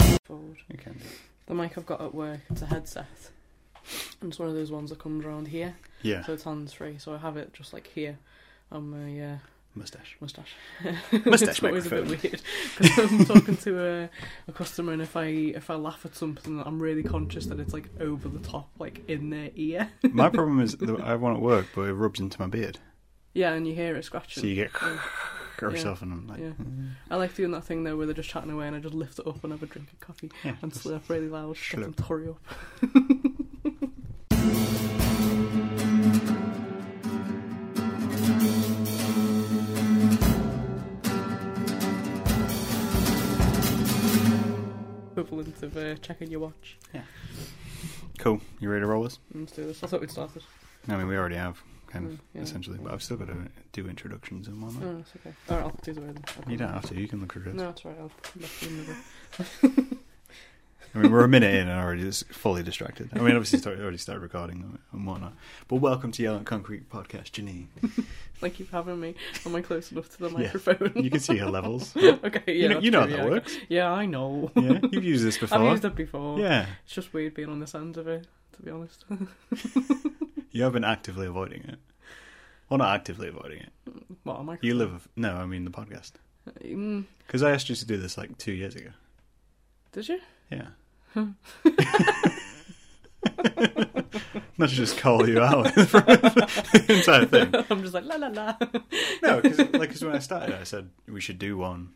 loud. It can be. The mic I've got at work, it's a headset. And it's one of those ones that comes around here, Yeah, so it's hands free. So I have it just like here on my uh, mustache. mustache. Mustache it's always a bit microphone. weird because I'm talking to a, a customer, and if I if I laugh at something, I'm really conscious that it's like over the top, like in their ear. My problem is that I have one at work, but it rubs into my beard, yeah, and you hear it scratching. so you get Yeah. or yourself, and I'm like, Yeah. mm, I like doing that thing though where they're just chatting away and I just lift it up and have a drink of coffee yeah. and just- slurp really loud. Get them to hurry up. Equivalent of uh, checking your watch. Cool. You ready to roll this? Let's do this. I thought we'd started. I mean, we already have kind of Mm, yeah. essentially, but I've still got to do introductions and whatnot. No, it's Oh, okay. Alright, I'll do the way then. I'll You come don't have to. You can look at back. it. Mm. No, it's alright. I'll look in the I mean, we're a minute in and already just fully distracted. I mean, obviously, it's already started recording and whatnot. But welcome to Yell at Concrete Podcast, Janine. Thank you for having me. Am I close enough to the Yeah. microphone? You can see her levels. okay, yeah. you know, that's you know how true, that yeah, I- works. Yeah, I know. Yeah, you've used this before. I've used it before. Yeah, It's just weird being on this end of it, to be honest. you have been actively avoiding it. Well, not actively avoiding it. what am I? You live. No, I mean the podcast. Mm, Because I asked you to do this like two years ago. did you? Yeah. Not to just call you out for the entire thing. I'm just like la la la. No, because like, 'cause when I started, I said we should do one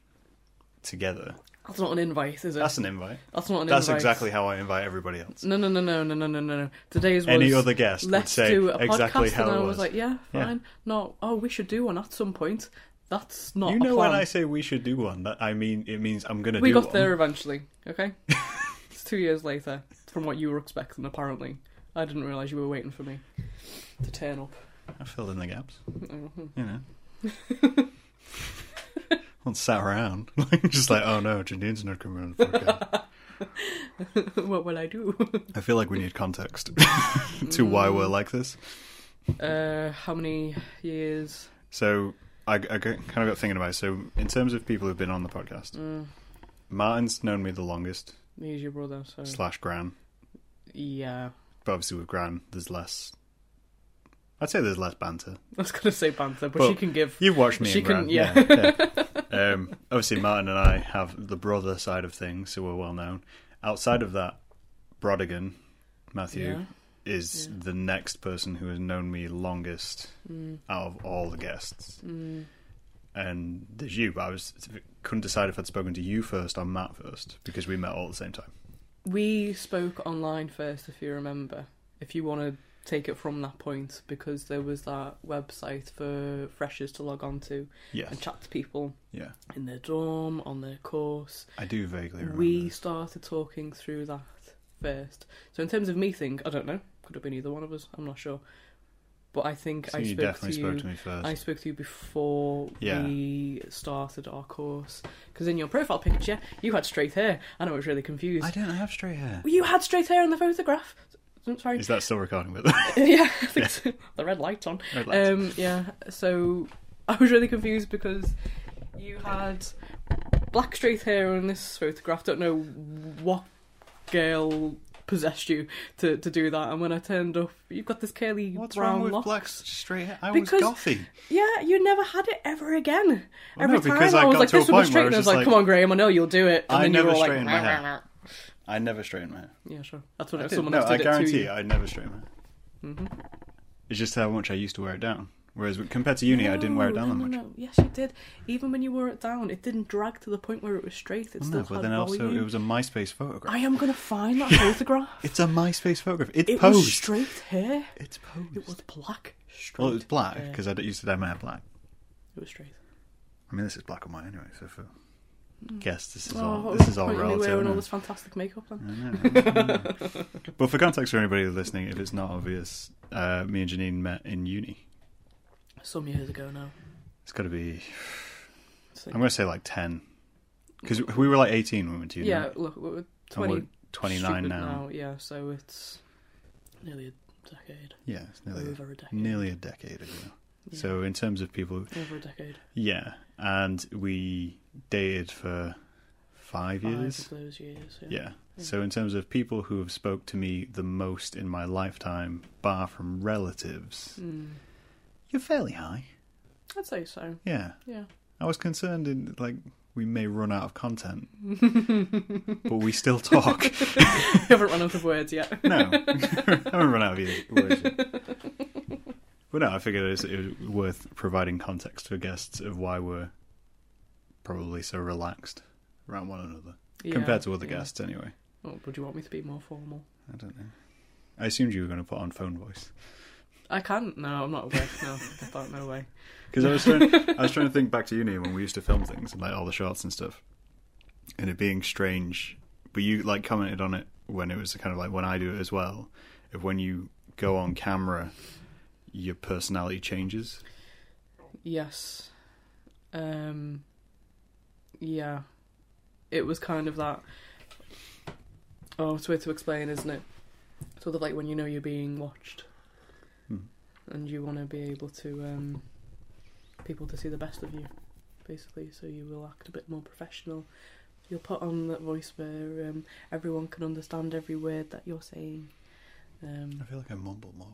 together. That's not an invite, is it? That's an invite. That's not an invite. That's exactly how I invite everybody else. No, no, no, no, no, no, no, no. no. Today's was. Any other guest would Let's say do a exactly podcast, how and I it was. was. like, yeah, Yeah. fine. No, oh, we should do one at some point. That's not. you a know plan. when I say we should do one, that I mean it means I'm gonna We do got one. there eventually, okay? it's two years later from what you were expecting, apparently. I didn't realise you were waiting for me to turn up. I filled in the gaps. Mhm. You know. I sat around just like, oh no, Janine's not coming on the podcast. what will I do? I feel like we need context to why we're like this. Uh, how many years? So I, I got- kind of got thinking about it. So in terms of people who've been on the podcast, Mm, Martin's known me the longest he's your brother, so. slash Gran, Yeah. but obviously with Gran, there's less. I'd say there's less banter. I was going to say banter, but, But- she can give. You've watched me She and can- Gran, yeah. Um, obviously, Martin and I have the brother side of things, so we're well known. Outside of that, Brodigan, Matthew, Yeah. is Yeah. the next person who has known me longest Mm. out of all the guests. And there's you, but I was couldn't decide if I'd spoken to you first or Matt first because we met all at the same time. We spoke online first, if you remember. If you want to take it from that point, because there was that website for freshers to log on to Yes, and chat to people yeah, in their dorm, on their course, I do vaguely remember. We started talking through that first. So in terms of meeting, I don't know. Could have been either one of us. I'm not sure. But I think so I you spoke definitely to you. spoke to me first. I spoke to you before Yeah. we started our course because in your profile picture you had straight hair, and I was really confused. I don't have straight hair. You had straight hair in the photograph. I'm sorry. Is that still recording with us? yeah, I think so. the red light's on. Red lights. Um, yeah, so I was really confused because you had black straight hair on this photograph. Don't know what girl possessed you to, to do that. And when I turned up, you've got this curly What's brown wrong with lock. black s- straight hair? I Because- was gothy. Yeah, you never had it ever again. Well, Every no, because time I, I was got like, to a this one was point straight, where and I I was was just like, like- come on, Graham, I know you'll do it. And I then never you were like, straightened my hair. I never straighten my hair. yeah, sure. That's what I it, did- someone no, else I did it to guarantee you. Mm-hmm. I never straighten my hair. It's just how much I used to wear it down. Whereas with- compared to uni, I didn't wear it down No, that much. no, no. Yes, you did. Even when you wore it down, it didn't drag to the point where it was straight. It Well, still no, but had then also volume. it was a MySpace photograph. I am gonna find that photograph. It's a MySpace photograph. It's it posed. was straight hair. It's posed. It was black. Straight. well, it was black hair. because I used to dye my hair black. It was straight. I mean, this is black and white anyway. So for guess this is Mm. Oh, what all was this the is all point in me relative. wearing all isn't this it? fantastic makeup then. I know, I know. but for context for anybody listening, if it's not obvious, uh, me and Janine met in uni. Some years ago now. It's got to be. It's like- I'm going to say like ten, because we were like 18 when we went to uni. yeah, right? look, we're And we're twenty. 29 stupid now. Yeah, so it's nearly a decade. Yeah, it's nearly Over a decade. nearly a decade ago. Yeah. So in terms of people, Over a decade. yeah, and we dated for five Five years. of those years. Yeah. Yeah. So in terms of people who have spoke to me the most in my lifetime, bar from relatives, Mm. you're fairly high. I'd say so. Yeah. Yeah. I was concerned in like we may run out of content, but we still talk. I haven't run out of words yet. no, I haven't run out of years- words. yet. But no, I figured it was, it was worth providing context for guests of why we're probably so relaxed around one another compared to other yeah. guests. Anyway, Oh, would you want me to be more formal? I don't know. I assumed you were going to put on phone voice I can't. No, I'm not aware. No, I don't. No way. because I was trying. I was trying to think back to uni when we used to film things like all the shorts and stuff, and it being strange. But you like commented on it when it was kind of like when I do it as well. Of when you go on camera, your personality changes. Yes. Um. Yeah. It was kind of that. Oh, it's weird to explain, isn't it? Sort of like when you know you're being watched, Hmm. and you want to be able to um, people to see the best of you, basically. So you will act a bit more professional. You'll put on that voice where um, everyone can understand every word that you're saying. I Um, feel like I mumble more.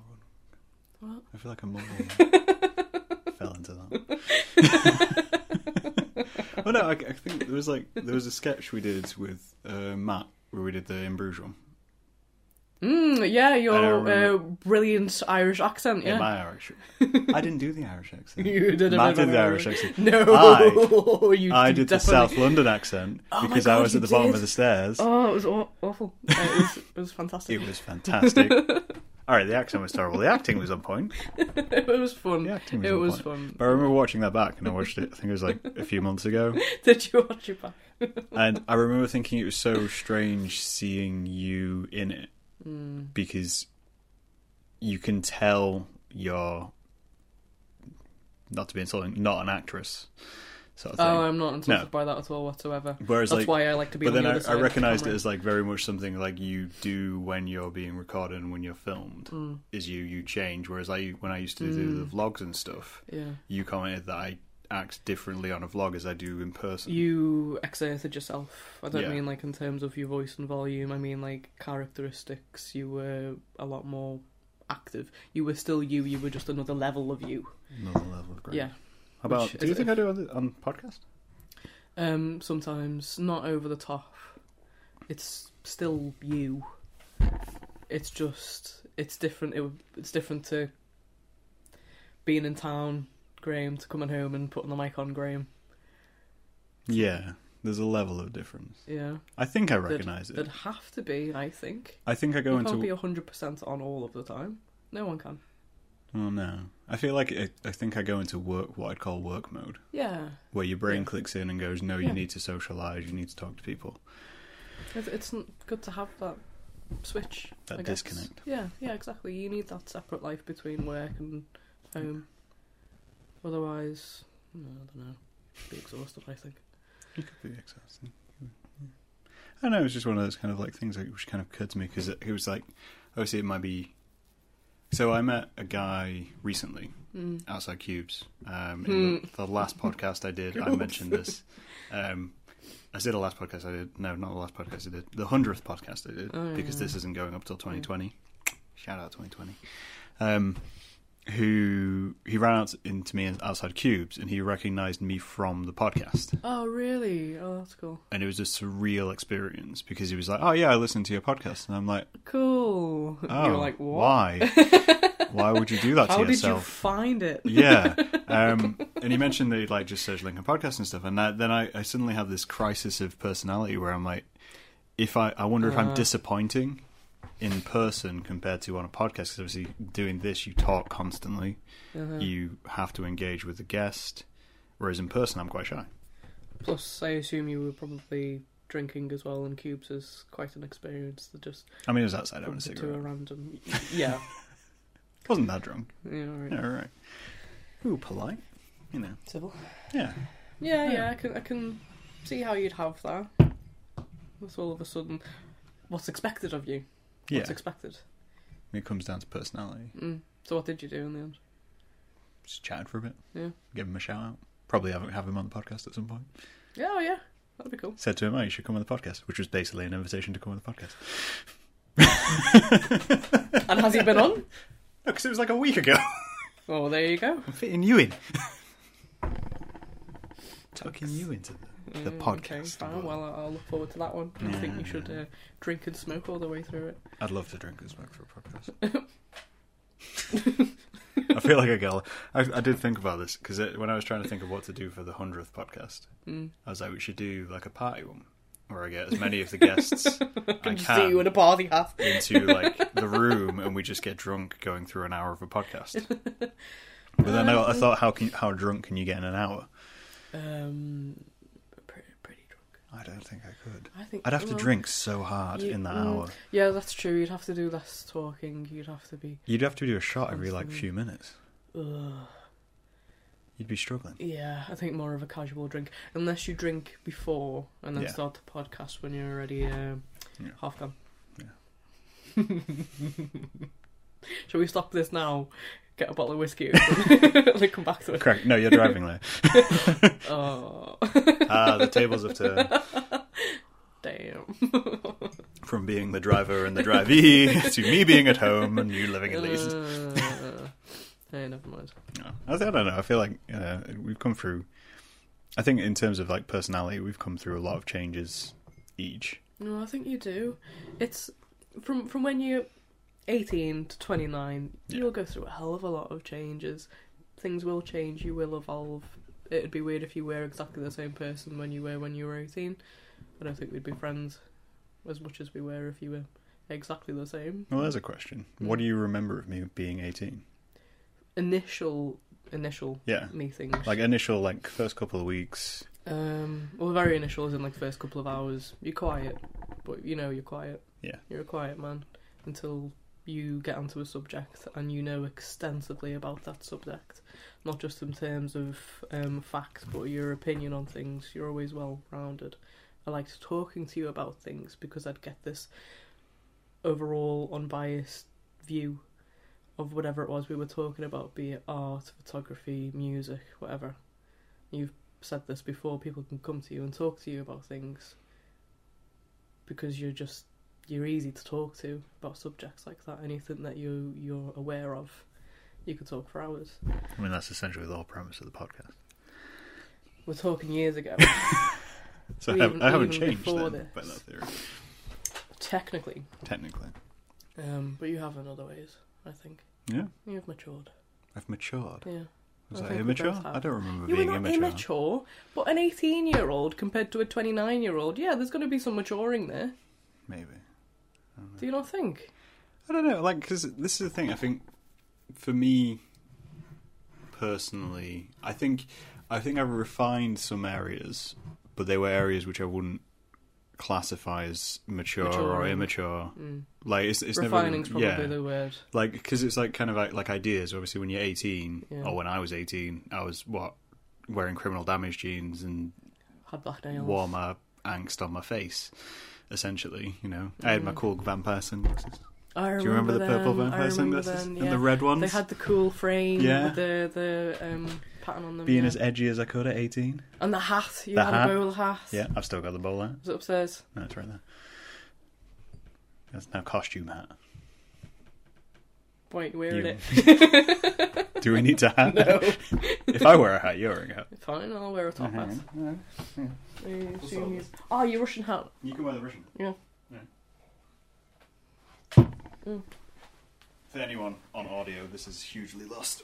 What? I feel like I mumble. More. Fell into that. well, no, I, I think there was like there was a sketch we did with uh, Matt where we did the in Bruges one. mm, yeah, I don't your uh, remember. brilliant Irish accent. In Yeah, my Irish, I didn't do the Irish accent. You did a Matt bit of did an the Irish Irish- accent. No, I- you I did the definitely- South London accent Oh my because I God, was you at the bottom did. of the stairs. Oh, it was aw- awful. Uh, it was it was fantastic. It was fantastic. All right, the accent was terrible. The acting was on point. it was fun. The acting was it on was point. fun. But I remember watching that back, and I watched it. I think it was like a few months ago, Did you watch it back? and I remember thinking it was so strange seeing you in it Mm. because you can tell you're not to be insulting, not an actress. Sort of thing. Oh, I'm not insulted No. by that at all whatsoever. Whereas, That's like- why I like to be. but on then the I, other I side of the recognized it camera. as like very much something like you do when you're being recorded and when you're filmed Mm. is you you change whereas i when i used to do the vlogs and stuff Yeah. you commented that i act differently on a vlog as i do in person You exerted yourself. I don't Yeah. mean like in terms of your voice and volume. I mean like characteristics. You were a lot more active. You were still you. You were just another level of you. another level of great Yeah. how about which do you is- think i do on, the, on podcast Um, sometimes not over the top. It's still you. It's just it's different. It, would- it's different to being in town, Graham, to coming home and putting the mic on, Graham. yeah there's a level of difference Yeah, i think i There'd- recognize it There'd have to be, I think. i think i go You can't be into hundred percent on all of the time. No one can. oh no i feel like it, i think i go into work what i'd call work mode Yeah, where your brain Yeah. clicks in and goes no you Yeah. need to socialize you need to talk to people it's, it's n- good to have that switch. That I guess. disconnect. Yeah, yeah, exactly. You need that separate life between work and home. Otherwise, no, I don't know. Be exhausted, I think. It could be exhausting. I don't know. It was just one of those kind of like things that which kind of occurred to me because it, it was like, obviously, it might be. So I met a guy recently Mm. outside Cubes. Um, in Hmm. the, the last podcast I did, I mentioned this. Um, I said the last podcast I did. No, not the last podcast I did. The hundredth podcast I did Oh, because yeah. this isn't going up till 2020. Shout out 2020. Um, who he ran out into me outside Cubes and he recognized me from the podcast Oh, really? Oh, that's cool. and it was a surreal experience because he was like, "Oh yeah, I listened to your podcast," and I'm like, Cool. "Oh, you were like, what? why? why would you do that How to did you yourself?" find it? yeah, um, and he mentioned that he'd like just search Lincoln podcast and stuff, and that, then I, I suddenly had this crisis of personality where I'm like, if I, I wonder if I'm Uh. disappointing in person compared to on a podcast because obviously doing this you talk constantly, Uh-huh. you have to engage with the guest, whereas in person I'm quite shy. Plus, I assume you were probably drinking as well, and cubes is quite an experience to just I mean, it was outside having a bump into a cigarette. random. Yeah. Wasn't that drunk. yeah, all right. Yeah, right. Ooh, polite. You know. Civil. Yeah. Yeah, Yeah. yeah, I can I can see how you'd have that. That's all of a sudden what's expected of you. Yeah. What's expected. It comes down to personality. Mm. So what did you do in the end? Just chatted for a bit. Yeah. Give him a shout out. Probably have, have him on the podcast at some point. Yeah, oh yeah. That'd be cool. Said to him, "Oh, you should come on the podcast," which was basically an invitation to come on the podcast. And has he been on? No, because it was like a week ago. Oh, there you go. I'm fitting you in. Tucking you into the, the Mm, Okay, podcast. fine. world. Well, I'll I'll look forward to that one. I think you should uh, drink and smoke all the way through it. I'd love to drink and smoke for a podcast. I feel like a girl. I, I did think about this because when I was trying to think of what to do for the hundredth podcast, Mm. I was like, we should do like a party one where I get as many of the guests I Just see you in can a party hat. into like the room, and we just get drunk going through an hour of a podcast. But then I, I thought, how can how drunk can you get in an hour? Um, pretty, pretty drunk. I don't think I could. I think I'd have to well, drink so hard you- in that mm, hour. Yeah, that's true. You'd have to do less talking. You'd have to be. You'd have to do a shot every like few minutes. Ugh. You'd be struggling. Yeah, I think more of a casual drink, unless you drink before and then Yeah. start the podcast when you're already um, Yeah. half gone. Yeah. Shall we stop this now? Get a bottle of whiskey, and then come back to it. Correct. No, you're driving there. Oh, Ah, the tables have turned damn! from being the driver and the drivee to me being at home and you living at least. Uh, hey, never mind. No. I don't know. I feel like uh, we've come through. I think in terms of like personality, we've come through a lot of changes each. No, I think you do. It's from from when you're 18 to 29, Yeah. you'll go through a hell of a lot of changes. Things will change, you will evolve. It'd be weird if you were exactly the same person when you were when you were 18. I don't think we'd be friends as much as we were if you were exactly the same. Well, there's a question. Hmm. What do you remember of me being 18? Initial initial Yeah. meetings. Like initial, like first couple of weeks. Um, well, very initial is in like first couple of hours. You're quiet, but you know you're quiet. Yeah. You're a quiet man until you get onto a subject and you know extensively about that subject, not just in terms of um, facts, but your opinion on things. You're always well rounded. I liked talking to you about things because I'd get this overall unbiased view of whatever it was we were talking about, be it art, photography, music, whatever. You've said this before, people can come to you and talk to you about things because you're just you're easy to talk to about subjects like that. Anything that you you're aware of, you could talk for hours. I mean, that's essentially the whole premise of the podcast. We're talking years ago. So I, Well, have, even- I haven't even changed before then, by this. that theory, technically. technically. Um, but you have in other ways, I think. Yeah, You've matured. I've matured. Yeah. Was I I, think we immature? both have. I don't remember You were being not immature. but an 18 year old compared to a 29 year old, yeah, there's going to be some maturing there. Maybe. Mm-hmm. Do you not think? I don't know, like, because this is the thing. I think for me personally, I think I think I refined some areas, but they were areas which I wouldn't classify as mature, or Mature. Mm. immature. Like, it's, it's never Refining's probably yeah. the word. Like, because it's like kind of like, like ideas. Obviously, when you're 18, Yeah. or when I was 18, I was what wearing criminal damage jeans and Had black nails. wore my angst on my face. Essentially, you know, I Mm. had my cool vampire sunglasses. I remember Do you remember the purple them, I vampire remember sunglasses them, and yeah. the red ones? They had the cool frame Yeah. with the the um, pattern on them. Being yeah. as edgy as I could at 18. and the hat. You The had hat. a bowl hat. Yeah, I've still got the bowl hat. Was it upstairs? No, it's right there. That's now costume hat. Wait, where is You- it? Do we need to hat? no. if I wear a hat, you're wearing a hat. Fine, I'll wear a top Uh-huh. hat. I sort assume you- Oh, your Russian hat. You can wear the Russian. Yeah. Mm. For anyone on audio, this is hugely lost.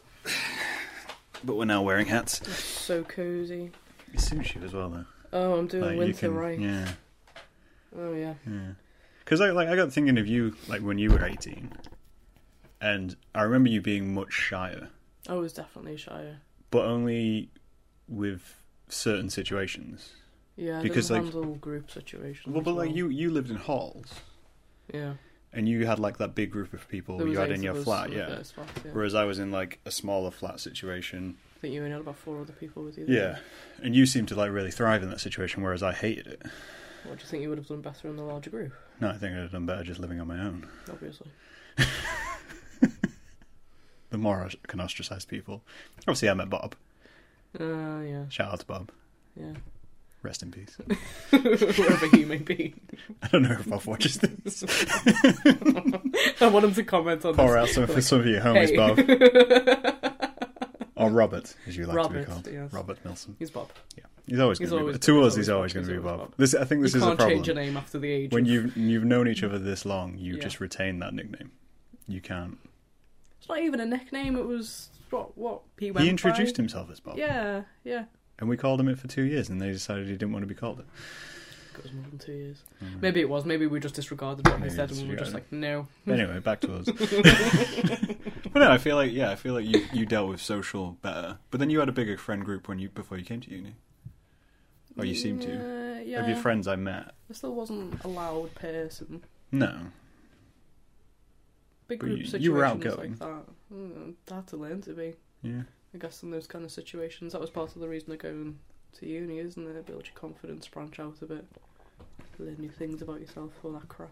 but we're now wearing hats. So cozy. It suits you as well, though. Oh, I'm doing Like, you winter can- right. Yeah. Oh yeah. Because I like I got thinking of you like when you were eighteen, and I remember you being much shyer, I was definitely shyer. but only with certain situations. Yeah, I Because, didn't like- handle group situations. Well, but like well. you you lived in halls, Yeah. and you had like that big group of people There was you had eight in of your us flat, in the yeah. first flat, yeah. Whereas I was in like a smaller flat situation, I think you only had about four other people with you. didn't yeah. And you seemed to like really thrive in that situation, whereas I hated it. you? What do you think you would have done better in the larger group? No, I think I'd have done better just living on my own. Obviously. The more I can ostracize people, obviously I met Bob. Uh, yeah. Shout out to Bob. Yeah. Rest in peace. wherever he may be. I don't know if Bob watches this. I want him to comment on Pour this. out some for some of your homies, Hey. Bob. Or Robert, as you like to be Robert, called. yes. Robert Milson. He's Bob. Yeah. He's always He's going to always- be To us, he's he's always always- going to be he's always Bob. Bob. This, I think this you is a can't problem. change your name after the age. when of- you've you've known each other this long, you Yeah. just retain that nickname. You can't. it's not even a nickname. It was what what he went. he introduced himself as Bob, Yeah, yeah. and we called him it for two years, and they decided he didn't want to be called it. It was more than two years. Maybe it was. Maybe we just disregarded what he Mm. Maybe said and we were just like, disregarded. no. Anyway, back to us. but no, I feel like yeah, I feel like you you dealt with social better, but then you had a bigger friend group when you before you came to uni. Or Oh, you seem to. Uh, yeah. Of your friends I met, I still wasn't a loud person. no, Big But group you- situations you were outgoing. like that. Mm, I had to learn to be. yeah, I guess in those kind of situations, that was part of the reason of going to uni, isn't it? Build your confidence, branch out a bit, learn new things about yourself, all that crap.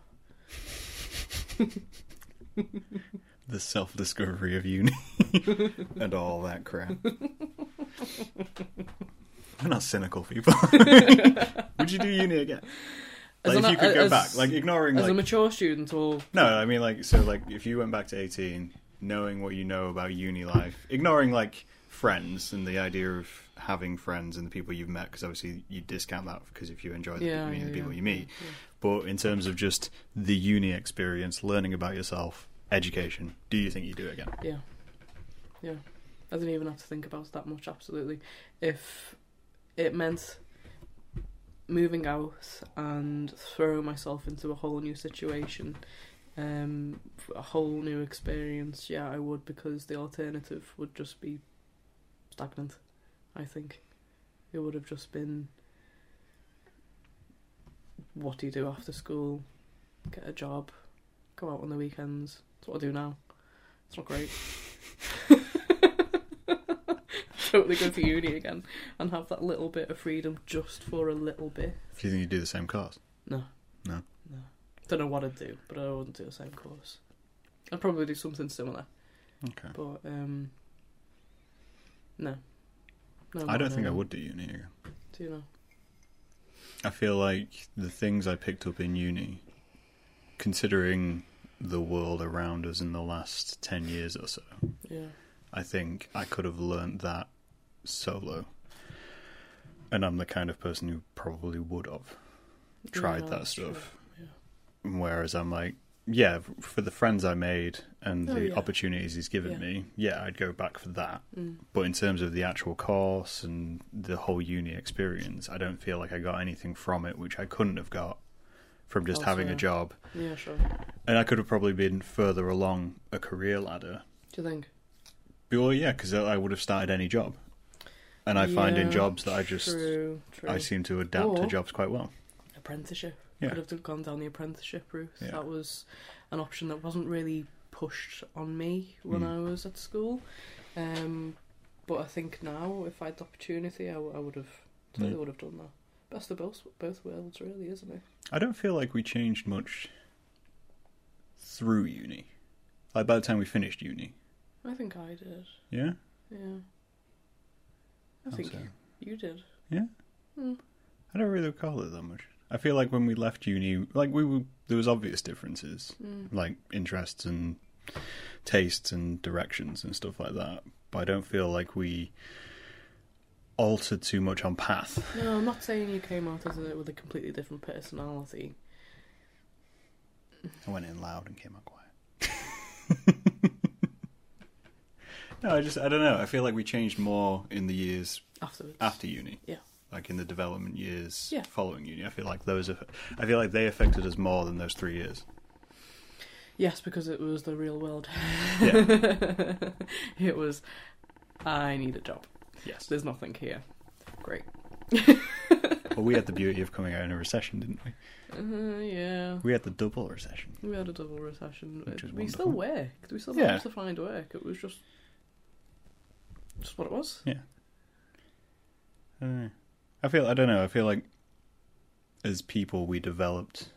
the self discovery of uni and all that crap. We're not cynical people. Would you do uni again? As Like, an- if you could go as- back, like ignoring As like a mature student, or No, I mean like so like if you went back to eighteen, knowing what you know about uni life, ignoring like friends and the idea of having friends and the people you've met, because obviously you discount that because if you enjoy the, Yeah, I mean, the yeah, people yeah, you meet, but in terms of just the uni experience, learning about yourself, education, do you think you do it again? yeah, yeah, I didn't even have to think about it that much. Absolutely, if it meant moving out and throwing myself into a whole new situation, um, a whole new experience, yeah, I would because the alternative would just be stagnant. I think it would have just been what do you do after school? Get a job, go out on the weekends. That's what I do now. It's not great. totally go to uni again and have that little bit of freedom just for a little bit. Do you think you do the same course? No. No. No. Don't know what I'd do, but I wouldn't do the same course. I'd probably do something similar, Okay. but um, no. no I don't no, think I Oh, no. would do uni again. Do you know? I feel like the things I picked up in uni, considering the world around us in the last ten years or so, Yeah. I think I could have learnt that solo. And I'm the kind of person who probably would have Yeah, tried that that's true. stuff. Whereas I'm like, yeah, for the friends I made and Oh, the yeah. opportunities he's given Yeah. me, yeah, I'd go back for that. Mm. But in terms of the actual course and the whole uni experience, I don't feel like I got anything from it which I couldn't have got from just having a Elsewhere. job. Yeah, sure. And I could have probably been further along a career ladder Do you think? Well, yeah, because I would have started any job, and I find in Yeah, jobs that I just true, true. I seem to adapt to Or- jobs quite well. apprenticeship. Yeah. Could have done- gone down the apprenticeship route. Yeah. That was an option that wasn't really pushed on me when Mm. I was at school. Um, but I think now, if I had the opportunity, I, w- I would have totally Mm. would have done that. Best of both both worlds, really, isn't it? I don't feel like we changed much through uni. Like by the time we finished uni, I think I did. yeah, Yeah. I I'd think say. you did. I don't really recall it that much. I feel like when we left uni, like we were, there was obvious differences, Mm. like interests and tastes and directions and stuff like that. But I don't feel like we altered too much on path. No, I'm not saying you came out as a, with a completely different personality. I went in loud and came out quiet. no, I just I don't know. I feel like we changed more in the years Afterwards. after uni. Yeah. Like in the development years Yeah. following uni. I feel like those aff- I feel like they affected us more than those 3 years. Yes, because it was the real world. Yeah. it was, I need a job. yes. There's nothing here. Great. But we had the beauty of coming out in a recession, didn't we? Uh, yeah. We had the double recession. We had a double recession. Which is we wonderful. still worked. We still Yeah. managed to find work. It was just, just what it was. I don't know. I feel I don't know. I feel like as people we developed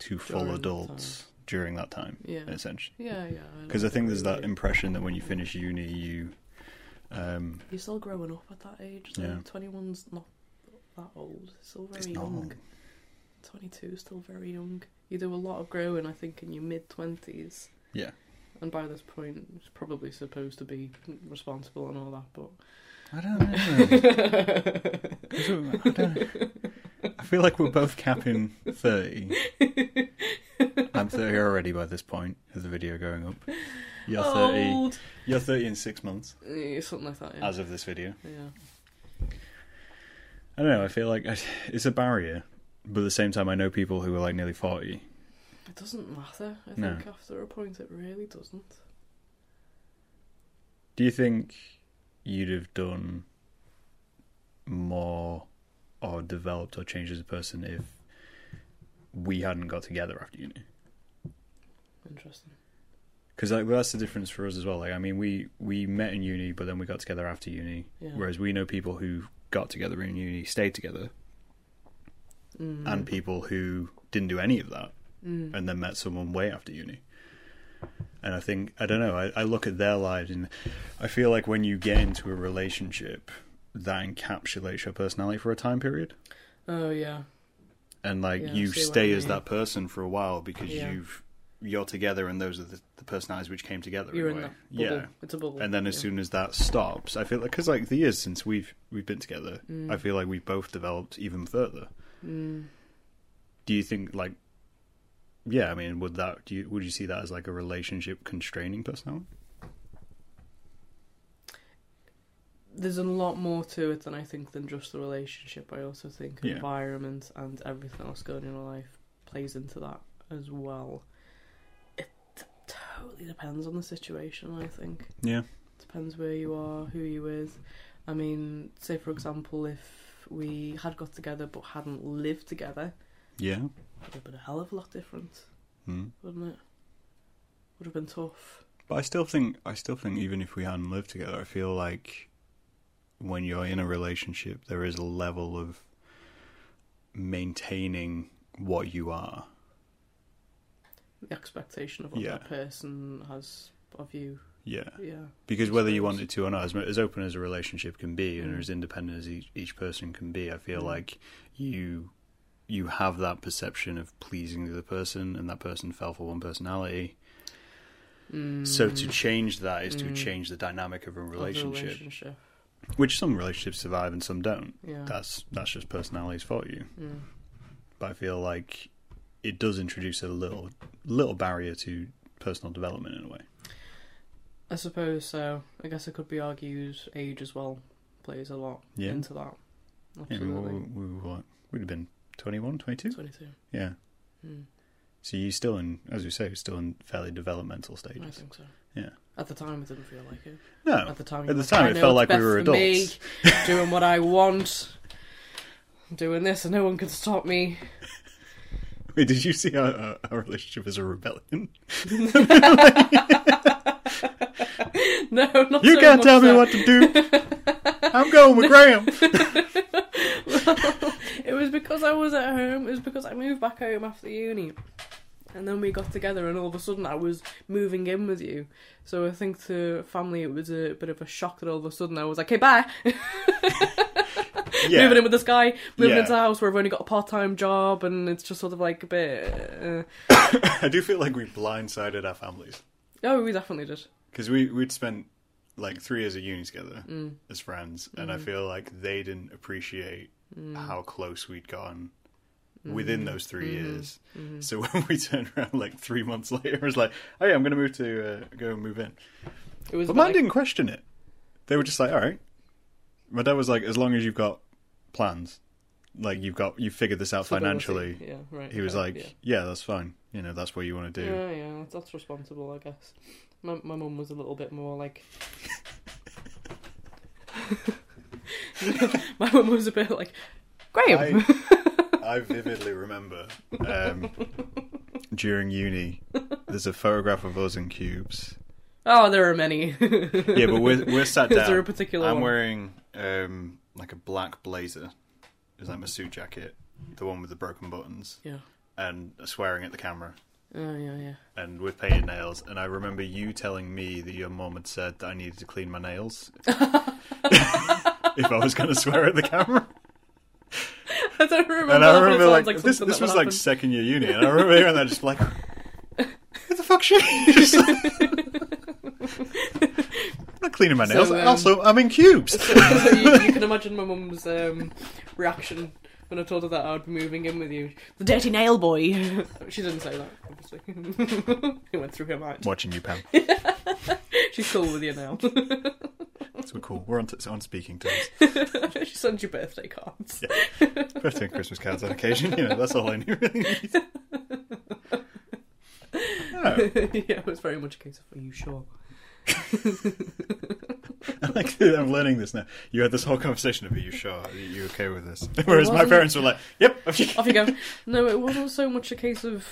to full During that adults during that time, Yeah. essentially. Yeah, yeah. Because I think there's that Im- impression that when you finish uni, you, um, You're still growing up at that age. So Yeah. 21's not that old. Still very It's young. normal. 22, still very young. You do a lot of growing, I think, in your mid 20s. Yeah. And by this point, it's probably supposed to be responsible and all that, but. I don't know. I don't- I don't- I feel like we're both capping 30. I'm 30 already by this point of the video going up. You're 30. Old. You're 30 in six months Yeah, something like that, Oh. yeah. as of this video. yeah. I don't know. I feel like I- it's a barrier, but at the same time, I know people who are like nearly 40. It doesn't matter, I No. think, after a point, it really doesn't. Do you think you'd have done more or developed or changed as a person if we hadn't got together after uni? Interesting. Because like, well, that's the difference for us as well. Like, I mean, we we met in uni, but then we got together after uni. Yeah. Whereas we know people who got together in uni, stayed together, Mm. and people who didn't do any of that Mm. and then met someone way after uni. And I think I don't know. I, I look at their lives, and I feel like when you get into a relationship, that encapsulates your personality for a time period, Oh, yeah. and like Yeah, I you see what stay you as mean. that person for a while because Yeah. you've you're together, and those are the, the personalities which came together. You're in in a that way. bubble. yeah. It's a bubble. And then as yeah. soon as that stops, I feel like because like the years since we've we've been together, Mm. I feel like we've both developed even further. Mm. do you think like yeah i mean would that do you would you see that as like a relationship constraining personality there's a lot more to it than I think than just the relationship. I also think Yeah. environment and everything else going in your life plays into that as well. It t- totally depends on the situation. I think yeah depends where you are, who you're with. I mean, say for example, if we had got together but hadn't lived together, yeah it would have been a hell of a lot different, mm. wouldn't it? Would have been tough. but i still think i still think even if we hadn't lived together i feel like when you're in a relationship there is a level of maintaining what you are The expectation of what Yeah. that person has of you, yeah yeah. because whether you Suppose. wanted to or not as, mo- as open as a relationship can be and Mm. as independent as each, each person can be i feel Mm. like you you have that perception of pleasing the other person and that person fell for one personality So to Mm. change that is to Mm. change the dynamic of a Of the relationship, relationship. which some relationships survive and some don't. Yeah. That's that's just personalities for you. Mm. But I feel like it does introduce a little little barrier to personal development in a way. I suppose so. I guess it could be argued age as well plays a lot Yeah. into that. Yeah, we, were- Absolutely. we, were what? We'd have been 21, 22? 22. Yeah. Mm, So you're still in, as we say, you're still in fairly developmental I stages. think so. Yeah. At the time, it didn't feel like it. No. At the time, At you're the like, time, I it know felt like what's we best were for me, adults. doing what I want, I'm doing this, and no one can stop me. Wait, did you see our- our, our relationship as a rebellion? No, not You so can't much tell me so. what to do. I'm going with Graham. It was because I was at home. It was because I moved back home after uni. And then we got together, and all of a sudden I was moving in with you. So I think to family it was a bit of a shock that all of a sudden I was like, "Hey, bye, Yeah. moving in with this guy, moving Yeah. into a house where I've only got a part-time job, and it's just sort of like a bit." Uh, I do feel like we blindsided our families oh, we definitely did. because we we'd spent like three years at uni together Mm. as friends, and I feel like they didn't appreciate Mm. how close we'd gotten Mm-hmm. within those 3 years. So when we turned around like three months later, it was like, "Oh yeah, I'm going to move to uh, go and move in." It was But a bit mine like- didn't question it. They were just like, "All right." My dad was like, "As long as you've got plans, like you've got you figured this out financially." Yeah, right. He was okay, like, yeah. "Yeah, that's fine. You know, that's what you want to do." Yeah, yeah, that's, that's responsible, I guess. My my mum was a little bit more like. my mum was a bit like, Graham. I, I vividly remember um, during uni, there's a photograph of us in cubes. Oh, there are many. Yeah, but we're, we're sat Is down. there a particular I'm one? wearing um, like a black blazer. It's like my suit jacket, the one with the broken buttons, yeah. and swearing at the camera. Oh yeah, yeah. And with painted nails, and I remember you telling me that your mom had said that I needed to clean my nails if I was going to swear at the camera. I don't remember. And I that, but it remember sounds like, something this. that This would was like happen. second year uni, and I remember hearing that just like, who the fuck she? Just like- I'm not cleaning my So, nails. um, also, I'm in cubes. So, so you, you can imagine my mum's um, reaction when I told her that I'd be moving in with you. The dirty nail boy. she didn't say that, obviously. it went through her mind. Watching you, pal. She's cool with you now. So we're cool. We're on, t- on speaking terms. she sends you birthday cards. Birthday and Christmas cards on occasion. You know, that's all I knew. Really. need. Oh, yeah, it was very much a case of, are you sure? I like that I'm learning this now. You had this whole conversation of, are you sure? Are you okay with this? Whereas my wasn't- parents were like, yep. Off you go. No, it wasn't so much a case of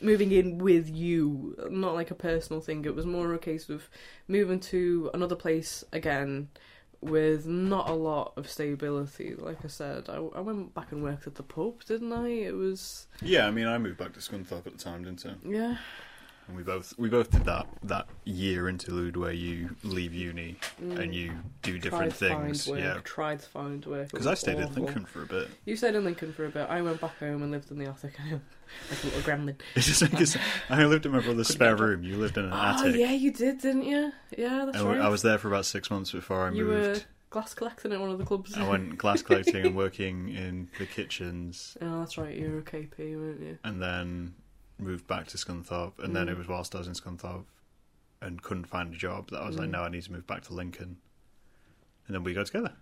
moving in with you, not like a personal thing. It was more a case of moving to another place again with not a lot of stability. Like I said, I, I went back and worked at the pub, didn't I? It was Yeah, I mean, I moved back to Scunthorpe at the time, didn't I? yeah, And we both we both did that that year interlude where you leave uni and you do different Mm, tried things. To find work, yeah, tried to find work. It was because I stayed awful. in Lincoln for a bit. You stayed in Lincoln for a bit. I went back home and lived in the attic, like a little gremlin. It just because I lived in my brother's spare room. You lived in an Oh attic. yeah, you did, didn't you? Yeah, that's And right. I was there for about six months before I you were moved. glass collecting at one of the clubs. I went glass collecting and working in the kitchens, Oh, that's right. You were a KP, weren't you? and then moved back to Scunthorpe. And then Mm. it was whilst I was in Scunthorpe and couldn't find a job that I was like, Mm. no, I need to move back to Lincoln. And then we got together.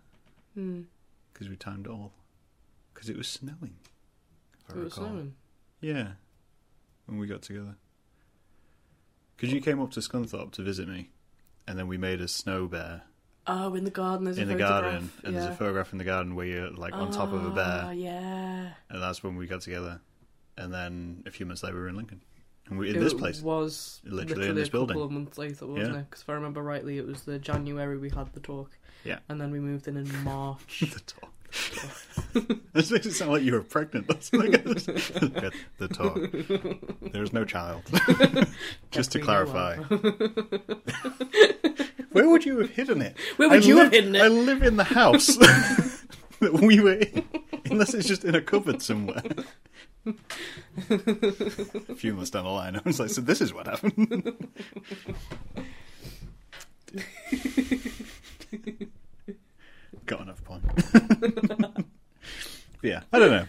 Mm. because we timed it all. Because it was snowing. if I It was recall. snowing. Yeah, when we got together. Because you came up to Scunthorpe to visit me, and then we made a snow bear Oh, in the garden. There's in a the photograph. garden, and there's yeah. a photograph in the garden where you're like on top of a Ah, bear, Yeah. and that's when we got together. And then a few months later, we were in Lincoln, and we in It this place. was Literally in literally, this a couple building. of months later, wasn't Yeah. it? Because if I remember rightly, it was the January we had the talk. Yeah. And then we moved in in March. the talk. this makes it sound like you were pregnant. That's what I guess. Get the talk. There's no child. Just to Definitely no clarify. Where would you have hidden it? Where would I you have live- hidden it? I live in the house that we were in, unless it's just in a cupboard somewhere. a few months down the line, I was like, so this is what happened. Got enough point. yeah, I don't know.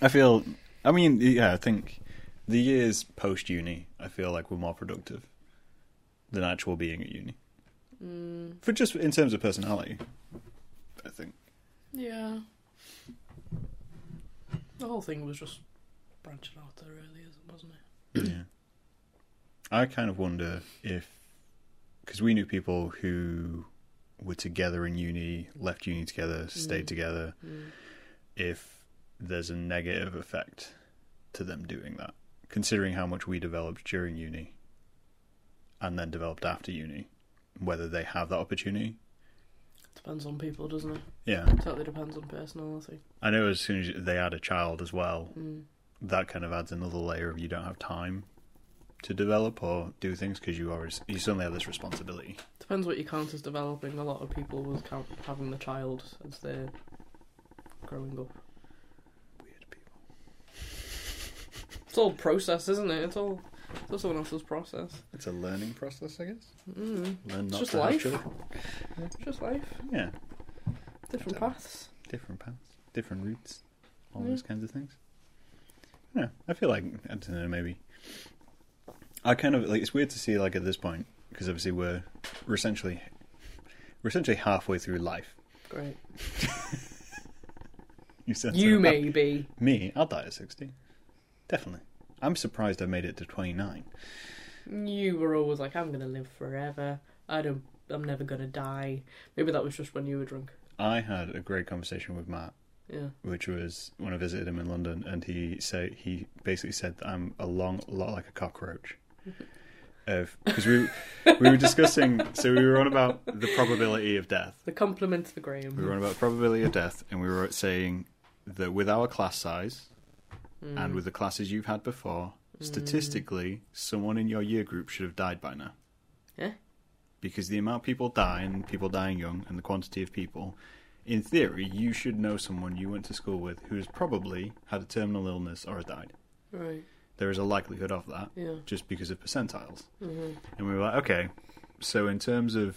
I feel, I mean, yeah, I think the years post uni, I feel like were more productive than actual being at uni. For just in terms of personality, I think. yeah. The whole thing was just branching out there, really, isn't- wasn't it? yeah. I kind of wonder if, because we knew people who were together in uni, left uni together, stayed together, if there's a negative effect to them doing that, considering how much we developed during uni and then developed after uni, whether they have that opportunity. Depends on people, doesn't it? Yeah. Totally depends on personality. I know as soon as they had a child as well, Mm. that kind of adds another layer of you don't have time to develop or do things because you always you suddenly have this responsibility. Depends what you count as developing. A lot of people will count having the child as their growing up. Weird people. It's all process, isn't it? It's all it's all someone else's process. It's a learning process, I guess. Mm. Learn It's not just to have life. children. Just life, Yeah, different Don't- paths. different paths, different routes, all Yeah. those kinds of things. Yeah, I feel like I don't know. Maybe I kind of like. It's weird to see like at this point because obviously we're we're essentially we're essentially halfway through life. Great. You said You so. may be. Me, I'll die at 60. Definitely. I'm surprised I made it to 29. You were always like, I'm gonna live forever. I don't. I'm never gonna die. Maybe that was just when you were drunk. I had a great conversation with Matt, Yeah. which was when I visited him in London, and he say he basically said that I'm a long lot like a cockroach. Because we we were discussing, so we were on about the probability of death. The compliment to the We were Graham. on about probability of death, and we were saying that with our class size and with the classes you've had before, statistically, someone in your year group should have died by now. Yeah. Because the amount of people dying, people dying young, and the quantity of people, in theory, you should know someone you went to school with who has probably had a terminal illness or has died. Right. There is a likelihood of that Yeah. just because of percentiles. Mhm. And we were like, okay, so in terms of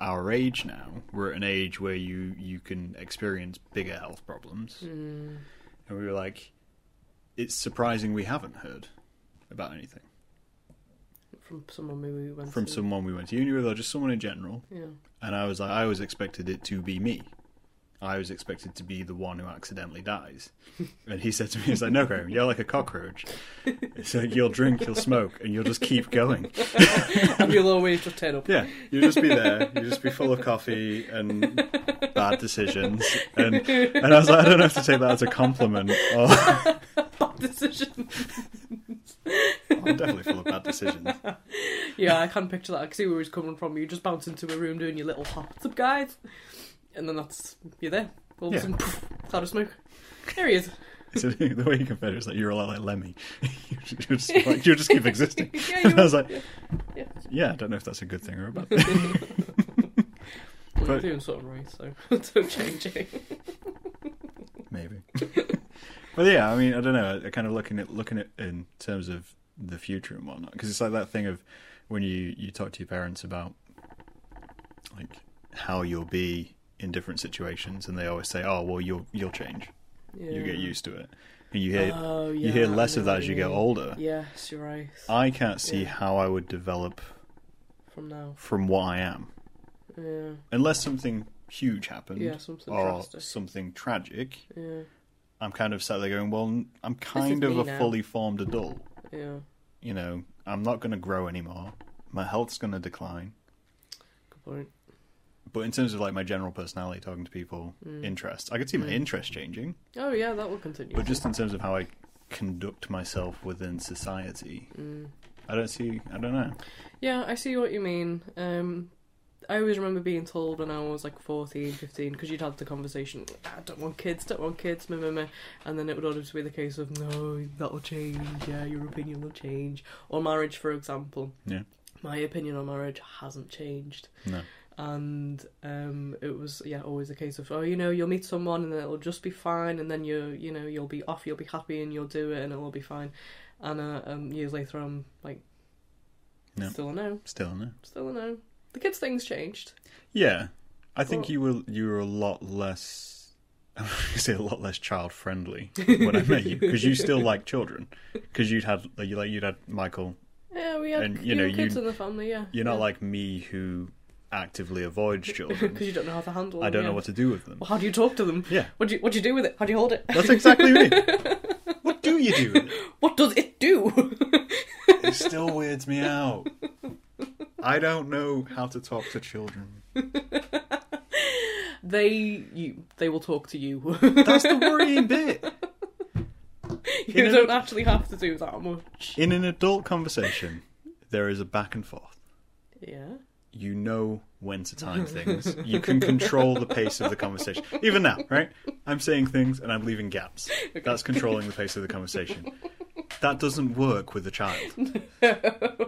our age now, we're at an age where you, you can experience bigger health problems. Mm. And we were like, it's surprising we haven't heard about anything From someone maybe we went from to. someone we went to uni with or just someone in general. Yeah. And I was like, I always expected it to be me. I was expected to be the one who accidentally dies. And he said to me, he's like, no, Graham, you're like a cockroach. It's like, you'll drink, you'll smoke, and you'll just keep going. and you'll always just turn up. Yeah, you'll just be there. You'll just be full of coffee and bad decisions. And, and I was like, I don't know if to take that as a compliment. Or... Bad decision. I'm definitely full of bad decisions. Yeah, I can picture that. I can see where he's coming from. You just bounce into a room doing your little hot tub guys, and then that's you're there. All of Yeah. a sudden, poof, cloud of smoke. There he is. So the way you compare it is like you're a lot like Lemmy. you just, like, you just keep existing. yeah, And I was like, Yeah. yeah, I don't know if that's a good thing or a bad thing. well, you're But- doing something right, so don't change it. Maybe. but yeah, I mean, I don't know. I kind of looking at looking at in terms of the future and whatnot, because it's like that thing of when you you talk to your parents about like how you'll be in different situations, and they always say, "Oh, well, you'll you'll change. Yeah. You get used to it." And you hear Oh, you hear yeah, I less of know that as what you get mean. older. Ah. Yes, you're right. I can't see Yeah. how I would develop From now, from what I am. yeah, unless something huge happened yeah, something or drastic. something tragic, Yeah, I'm kind of sat there going, "Well, n- I'm kind is of me a now." fully formed adult. yeah. You know, I'm not going to grow anymore. My health's going to decline." Good point. But in terms of like my general personality, talking to people, interests, I could see my Mm. interests changing. Oh yeah, that will continue. But just in terms of how I conduct myself within society, Mm. I don't see. I don't know. Yeah, I see what you mean. Um, I always remember being told when I was like 14, 15, because you'd have the conversation, I don't want kids, don't want kids, meh, meh, meh. And then it would always be the case of, no, that'll change, yeah, your opinion will change. Or marriage, for example. Yeah. My opinion on marriage hasn't changed. No. And um, it was, yeah, always a case of, oh, you know, you'll meet someone and it'll just be fine, and then you, you know, you'll be off, you'll be happy, and you'll do it, and it'll all be fine. And uh, um, years later, I'm like, No. still a no. Still no. Still a no. The kids' thing's changed. Yeah, I think Well- you were you were a lot less. I was gonna say a lot less child friendly when I met you because you still like children because you'd had like, you like you'd had Michael. Yeah, we had And, c- you know, young kids you- in the family. Yeah, You're not like me who actively avoids children. because you don't know how to handle. Them, I don't know yeah. what to do with them. Well, how do you talk to them? Yeah, What do you What do you do with it? How do you hold it? that's exactly me. What do you do? With it? What does it do? it still weirds me out. I don't know how to talk to children. they you they will talk to you. That's the worrying bit. you know- don't actually have to do that much. In an adult conversation, there is a back and forth. Yeah. you know when to time things. You can control the pace of the conversation. Even now, right? I'm saying things and I'm leaving gaps. That's controlling the pace of the conversation. That doesn't work with a child.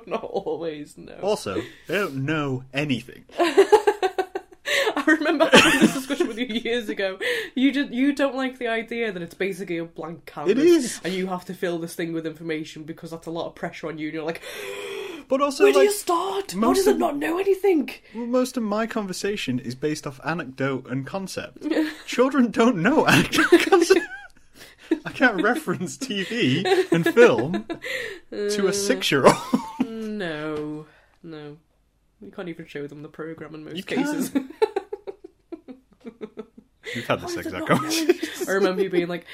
not always. No. Also, they don't know anything. I remember having this discussion with you years ago. You just you don't like the idea that it's basically a blank canvas. It is. and you have to fill this thing with information because that's a lot of pressure on you. And you're like, But also, where do like, you start? How most does it of- not know anything? well, most of my conversation is based off anecdote and concept. Children don't know anecdote and concept. I can't reference TV and film to a six-year-old. No, no, you can't even show them the program in most You can't. cases. We've had How this does it not exact conversation. know anything? I remember you being like,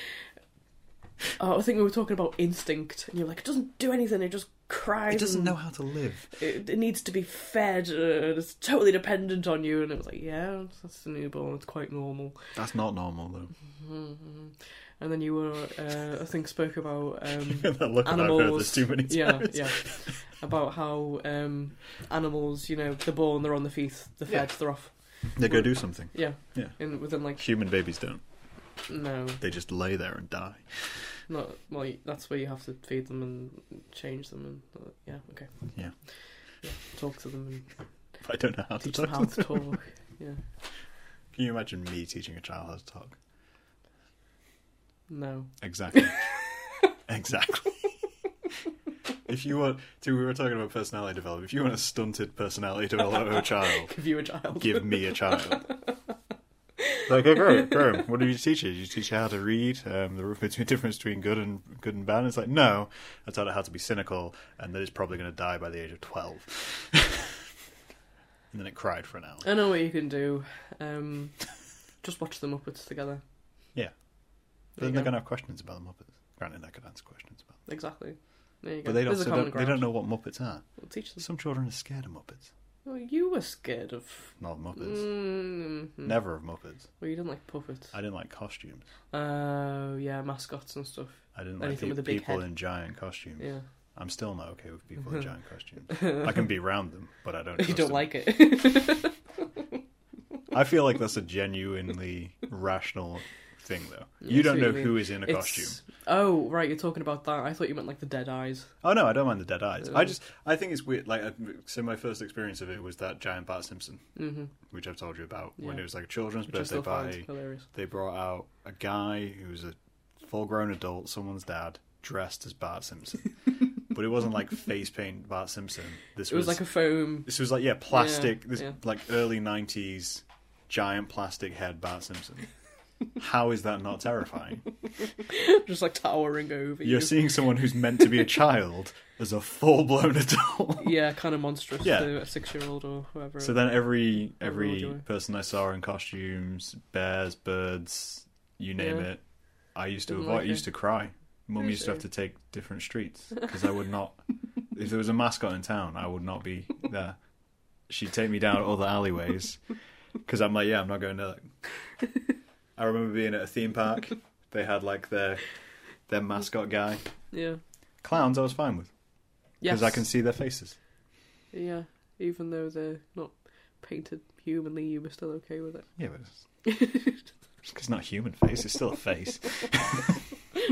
oh, I think we were talking about instinct, and you're like, it doesn't do anything. It just cries. It doesn't and know how to live. it, it needs to be fed. Uh, and it's totally dependent on you. And it was like, yeah, that's a newborn. It's quite normal. That's not normal, though. Mhm. And then you were, uh, I think, spoke about um, that look that I've heard animals. this too many times. yeah, yeah, about how um, animals, you know, they're born, they're on the feet, they're fed, Yeah. they're off. They go do something. Yeah, Yeah. In within like Human babies don't. no, They just lay there and die. not well. you- That's where you have to feed them and change them and uh, yeah, okay. Yeah. Yeah, talk to them and I don't know how to teach talk them to how them. to talk. Yeah. Can you imagine me teaching a child how to talk? No. Exactly. exactly. if you want to, we were talking about personality development. If you want a stunted personality development child, Give you a child. give me a child. Like, okay, great, Graham, what did you teach her? Did you teach her how to read, um, the between- difference between good and good and bad? It's like, no, I taught her how to be cynical, and that it's probably going to die by the age of 12. and then it cried for an hour. I know what you can do. Um, just watch them upwards together. Yeah. But There you then they're go. going to have questions about the Muppets. Granted, I could answer questions about Exactly. There you go. But they There's a also common don't, they ground. don't know what Muppets are. We'll teach them. Some children are scared of Muppets. Well, you were scared of. Not Muppets. Mm, mhm. Never of Muppets. Well, you didn't like puppets. I didn't like costumes. Oh yeah, mascots and stuff. I didn't Anything with like a the big people head. in giant costumes. Yeah. I'm still not okay with people in giant costumes. I can be around them, but I don't. you trust don't them. like it. I feel like that's a genuinely rational thing, though. Yeah, I you see don't what know you mean. who is in a It's- costume. Oh right, you're talking about that. I thought you meant like the dead eyes. Oh no, I don't mind the dead eyes. Uh. I just I think it's weird. Like I- so, my first experience of it was that giant Bart Simpson, Mm-hmm. which I've told you about when Yeah. it was like a children's Which I birthday still find party. hilarious. They brought out a guy who was a full-grown adult, someone's dad, dressed as Bart Simpson, but it wasn't like face paint Bart Simpson. This It was like a foam. This was like yeah, plastic. Yeah, this yeah. like early '90s giant plastic head Bart Simpson. How is that not terrifying? just like towering over you. You're seeing someone who's meant to be a child as a full-blown adult. Yeah, kind of monstrous Yeah. to a six-year-old or whoever. So then every every joy. person I saw in costumes, bears, birds, you name Yeah. it, I used to Didn't avoid. like I it. used to cry. Mum Really? used to have to take different streets because I would not. if there was a mascot in town, I would not be there. She'd take me down other alleyways because I'm like, yeah, I'm not going there. I remember being at a theme park. They had like their their mascot guy. yeah. Clowns, I was fine with Yes. because I can see their faces. Yeah, even though they're not painted humanly, you were still okay with it. Yeah, but it's, it's 'cause it's not a human face; it's still a face.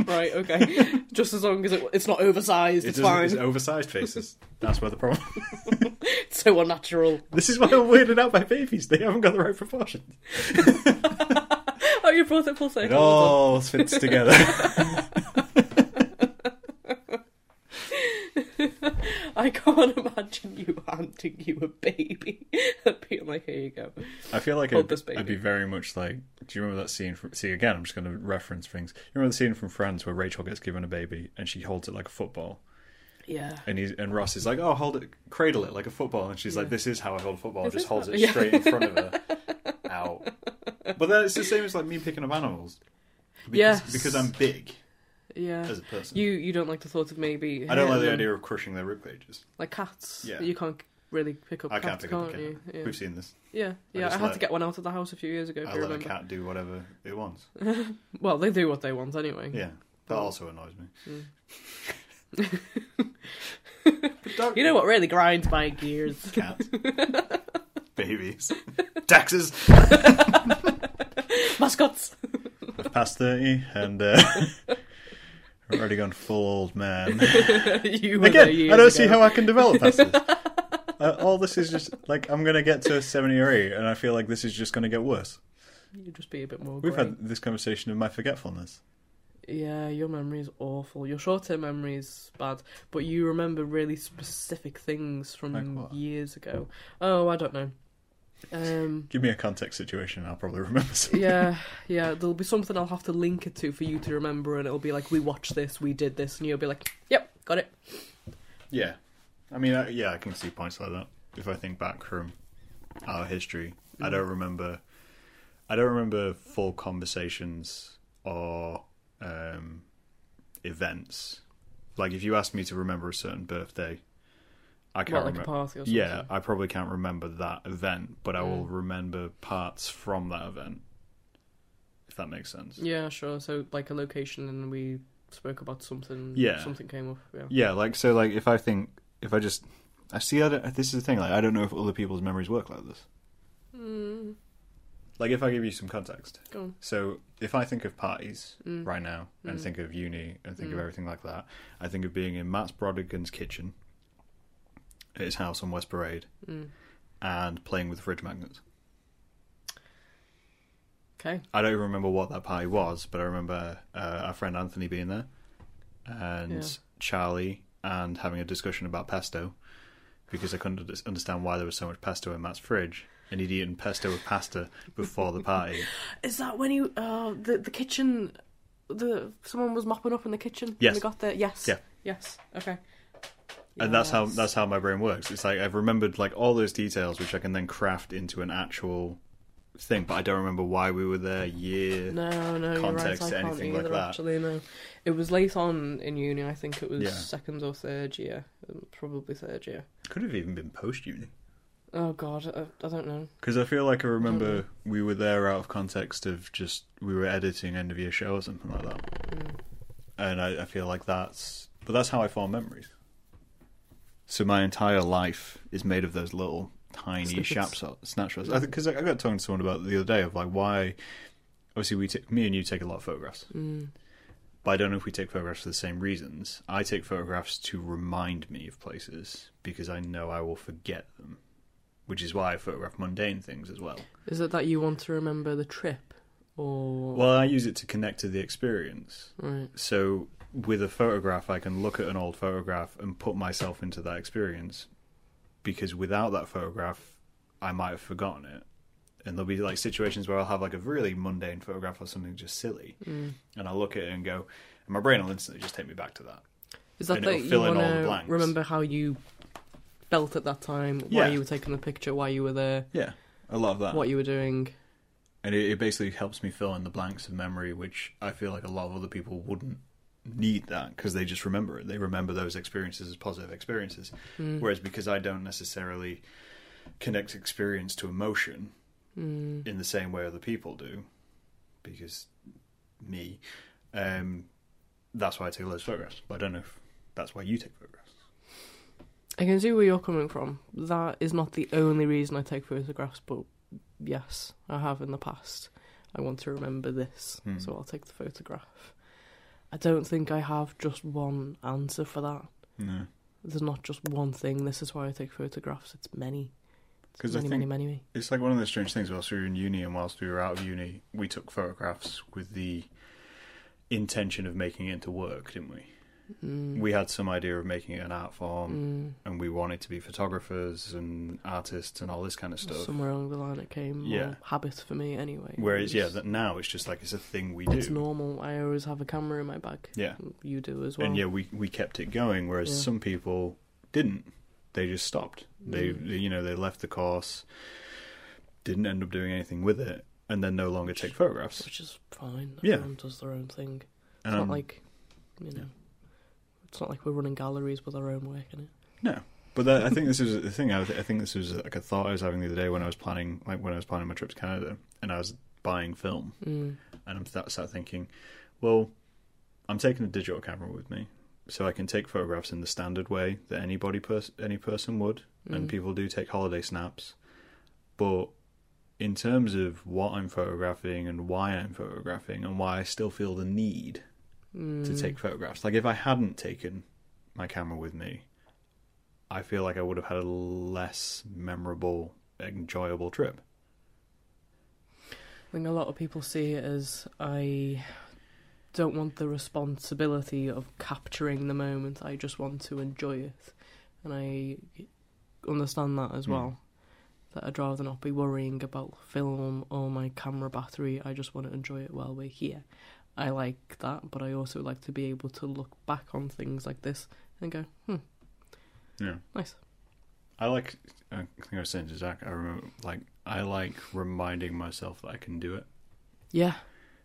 right, okay. Just as long as it, it's not oversized, It it's doesn't- fine. It's oversized faces. That's where the problem. It's so unnatural. This is why I'm weirded out by babies. They haven't got the right proportions. Oh, you brought it full It circle. all fits together. I can't imagine you handing you a baby and being like, here you go. I feel like Hold I'd, this baby. I'd be very much like. Do you remember that scene? From, see again. I'm just going to reference things. You remember the scene from Friends where Rachel gets given a baby and she holds it like a football, Yeah. and he's, and Ross is like, "Oh, hold it, cradle it like a football," and she's Yeah. like, "This is how I hold a football." This just is holds how- it Yeah. straight in front of her. Out. But then it's the same as like me picking up animals. Because, Yes. Because I'm big Yeah. as a person. You you don't like the thought of maybe. I don't like the um, idea of crushing their rib cages. Like cats. Yeah. You can't really pick up I can't cats, pick up a can't cat. you? Yeah. We've seen this. Yeah, I yeah. I, just had let- to get one out of the house a few years ago. If I you let a remember. cat do whatever it wants. Well, they do what they want anyway. Yeah, that Mm. also annoys me. But dog- Mm. You know what really grinds my gears? Cats, babies, taxes. Mascots. I've passed thirty, and uh, I've already gone full old man. you were there Again, years I don't see ago. how I can develop past this. Uh, all this is just like I'm gonna get to seventy or eighty, and I feel like this is just gonna get worse. You'd just be a bit more. We've grey. had this conversation of my forgetfulness. Yeah, your memory is awful. Your short-term memory is bad, but you remember really specific things from Like what? years ago. Oh, I don't know. Um. Give me a context situation, and I'll probably remember. Something. Yeah, yeah. There'll be something I'll have to link it to for you to remember, and it'll be like, "We watched this, we did this," and you'll be like, "Yep, got it." Yeah, I mean, I, yeah, I can see points like that. If I think back from our history, I Mm. don't remember, I don't remember full conversations or um, events. Like if you asked me to remember a certain birthday, I can't Well, like a remember. party or something. Mm. yeah, I probably can't remember that event, but I will remember parts from that event. If that makes sense. Yeah, sure. So like a location, and we spoke about something. Yeah. something came up. Yeah. Yeah, like so, like if I think if I just I see, I don't, this is the thing. Like I don't know if other people's memories work like this. Mm, Like if I give you some context, go on. so if I think of parties Mm. right now and Mm. think of uni and think Mm. of everything like that, I think of being in Matt's Brodigan's kitchen at his house on West Parade Mm. and playing with fridge magnets. Okay. I don't even remember what that party was, but I remember uh, our friend Anthony being there and Yeah. Charlie and having a discussion about pesto because I couldn't under- understand why there was so much pesto in Matt's fridge. And he'd eaten pesto with pasta before the party. Is that when you uh, the the kitchen? The someone was mopping up in the kitchen Yes. when they got there. Yes. Yeah. Yes. Okay. and that's how Yes. that's how my brain works. It's like I've remembered like all those details, which I can then craft into an actual thing. But I don't remember why we were there. Year, No, no, context you're right. I to can't anything like either, that. Actually, no. It was late on in uni. I think it was Yeah. second or third year, um, probably third year. could have even been post uni. Oh God, I, I don't know. Because I feel like I know. remember we were there out of context of just we were editing end of year show or something like that, Mm. and I, I feel like that's but that's how I form memories. So my entire life is made of those little tiny Snippets. snapshots. snapshots. Because I, I got talking to someone about it the other day of like why, obviously we t- me and you take a lot of photographs, Mm. but I don't know if we take photographs for the same reasons. I take photographs to remind me of places because I know I will forget them, which is why I photograph mundane things as well. Is it that you want to remember the trip, or Well, I use it to connect to the experience. right? So with a photograph, I can look at an old photograph and put myself into that experience. Because without that photograph, I might have forgotten it. And there'll be like situations where I'll have like a really mundane photograph or something just silly, Mm. and I'll look at it and go, and my brain will instantly just take me back to that. Is that And that it'll you fill in all want the to blanks. remember how you felt at that time, Yeah. Uh. why you were taking the picture, why you were there, Yeah, I love that. what you were doing? and it, it basically helps me fill in the blanks of memory, which I feel like a lot of other people wouldn't need that because they just remember it. They remember those experiences as positive experiences. Mm. Whereas because I don't necessarily connect experience to emotion Mm. in the same way other people do, because me, um, that's why I take all those photographs. But I don't know if that's why you take photographs. I can see where you're coming from. That is not the only reason I take photographs, but yes, I have in the past. I want to remember this, Hmm. so I'll take the photograph. I don't think I have just one answer for that. No, There's not just one thing. This is why I take photographs. It's many. It's 'Cause I many, many, think- many, many. it's like one of those strange things. Whilst we were in uni and whilst we were out of uni, we took photographs with the intention of making it into work, didn't we? Mm. We had some idea of making it an art form, Mm. and we wanted to be photographers and artists and all this kind of stuff. Somewhere along the line, it came more Yeah. habit for me anyway. It's- Whereas, yeah, that now it's just like it's a thing we do. it's normal. I always have a camera in my bag. Yeah, You do as well. and yeah, we we kept it going. Whereas Yeah. some people didn't. They just stopped. They, Mm. they- you know they left the course, didn't end up doing anything with it, and then no longer take photographs. which is fine. Yeah. Everyone does their own thing. It's not Um, like, you know, yeah. it's not like we're running galleries with our own work in it. But that, I think this is the thing. I, was- I think this was like a thought I was having the other day when I was planning, like when I was planning my trip to Canada, and I was buying film, Mm. and I'm sat, sat thinking, well, I'm taking a digital camera with me, so I can take photographs in the standard way that anybody pers- any person would, and Mm. people do take holiday snaps. But in terms of what I'm photographing and why I'm photographing and why I still feel the need to Mm. take photographs, like if I hadn't taken my camera with me, I feel like I would have had a less memorable, enjoyable trip. I think a lot of people see it as I don't want the responsibility of capturing the moment. I just want to enjoy it, and I understand that as Hmm. well. That I'd rather not be worrying about film or my camera battery. I just want to enjoy it while we're here. I like that, but I also like to be able to look back on things like this and go, hmm, Yeah. nice. I like. I think I was saying to Zach. I remember, like, I like reminding myself that I can do it. Yeah.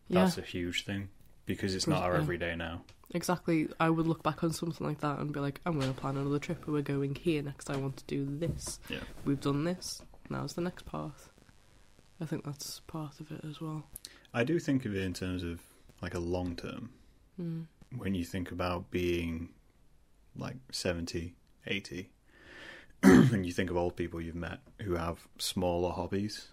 Yeah. That's a huge thing because it's not our Yeah. everyday now. Exactly. I would look back on something like that and be like, I'm going to plan another trip. We're going here next. I want to do this. Yeah. We've done this. Now's the next path. I think that's part of it as well. I do think of it in terms of like a long term. Mm. When you think about being like 70, 80, and you think of old people you've met who have smaller hobbies,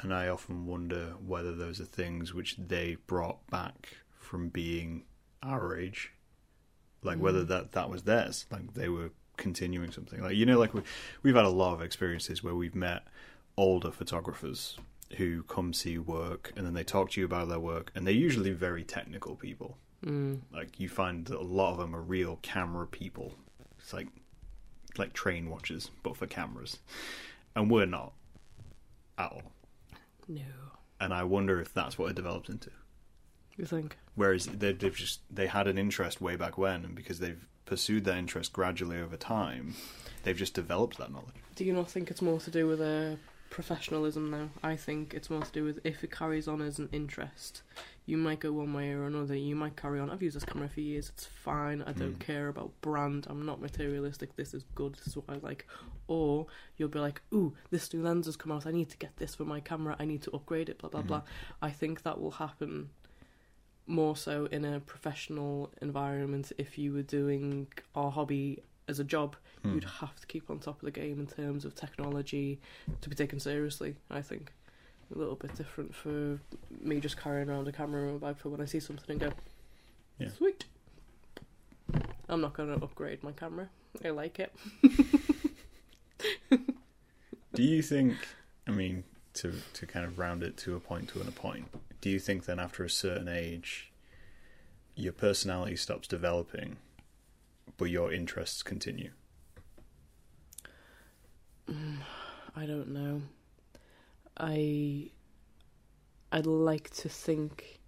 and I often wonder whether those are things which they brought back from being our age. Like whether Mm. that that was theirs, like they were continuing something. Like you know, like we, we've had a lot of experiences where we've met older photographers who come see you work and then they talk to you about their work and they're usually very technical people. Mm. Like you find that a lot of them are real camera people. It's like like train watchers, but for cameras. And we're not at all. No. And I wonder if that's what it develops into. You think? Whereas they, they've just they had an interest way back when, and because they've pursued that interest gradually over time, they've just developed that knowledge. Do you not think it's more to do with uh, professionalism now? I think it's more to do with if it carries on as an interest, you might go one way or another. You might carry on. I've used this camera for years. It's fine. I don't Mm. care about brand. I'm not materialistic. This is good. This is what I like. Or you'll be like, ooh, this new lens has come out. I need to get this for my camera. I need to upgrade it. Blah blah Mhm. blah. I think that will happen more so in a professional environment if you were doing our hobby as a job Hmm. you'd have to keep on top of the game in terms of technology to be taken seriously. I think a little bit different for me just carrying around a camera in my bag for when I see something and go, Yeah. sweet. I'm not going to upgrade my camera. I like it. Do you think? I mean, to to kind of round it to a point to an a point. Do you think then after a certain age, your personality stops developing, but your interests continue? I don't know. I I'd like to think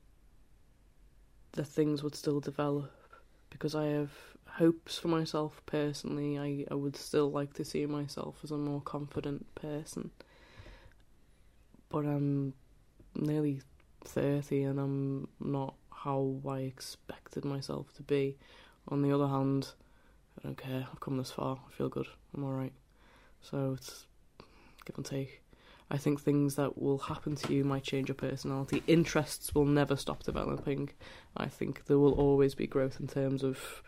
that things would still develop because I have hopes for myself personally. I, I would still like to see myself as a more confident person. But I'm nearly 30 and I'm not how I expected myself to be. On the other hand, I don't care. I've come this far. I feel good. I'm alright. So it's give and take. I think things that will happen to you might change your personality. Interests will never stop developing. I think there will always be growth in terms of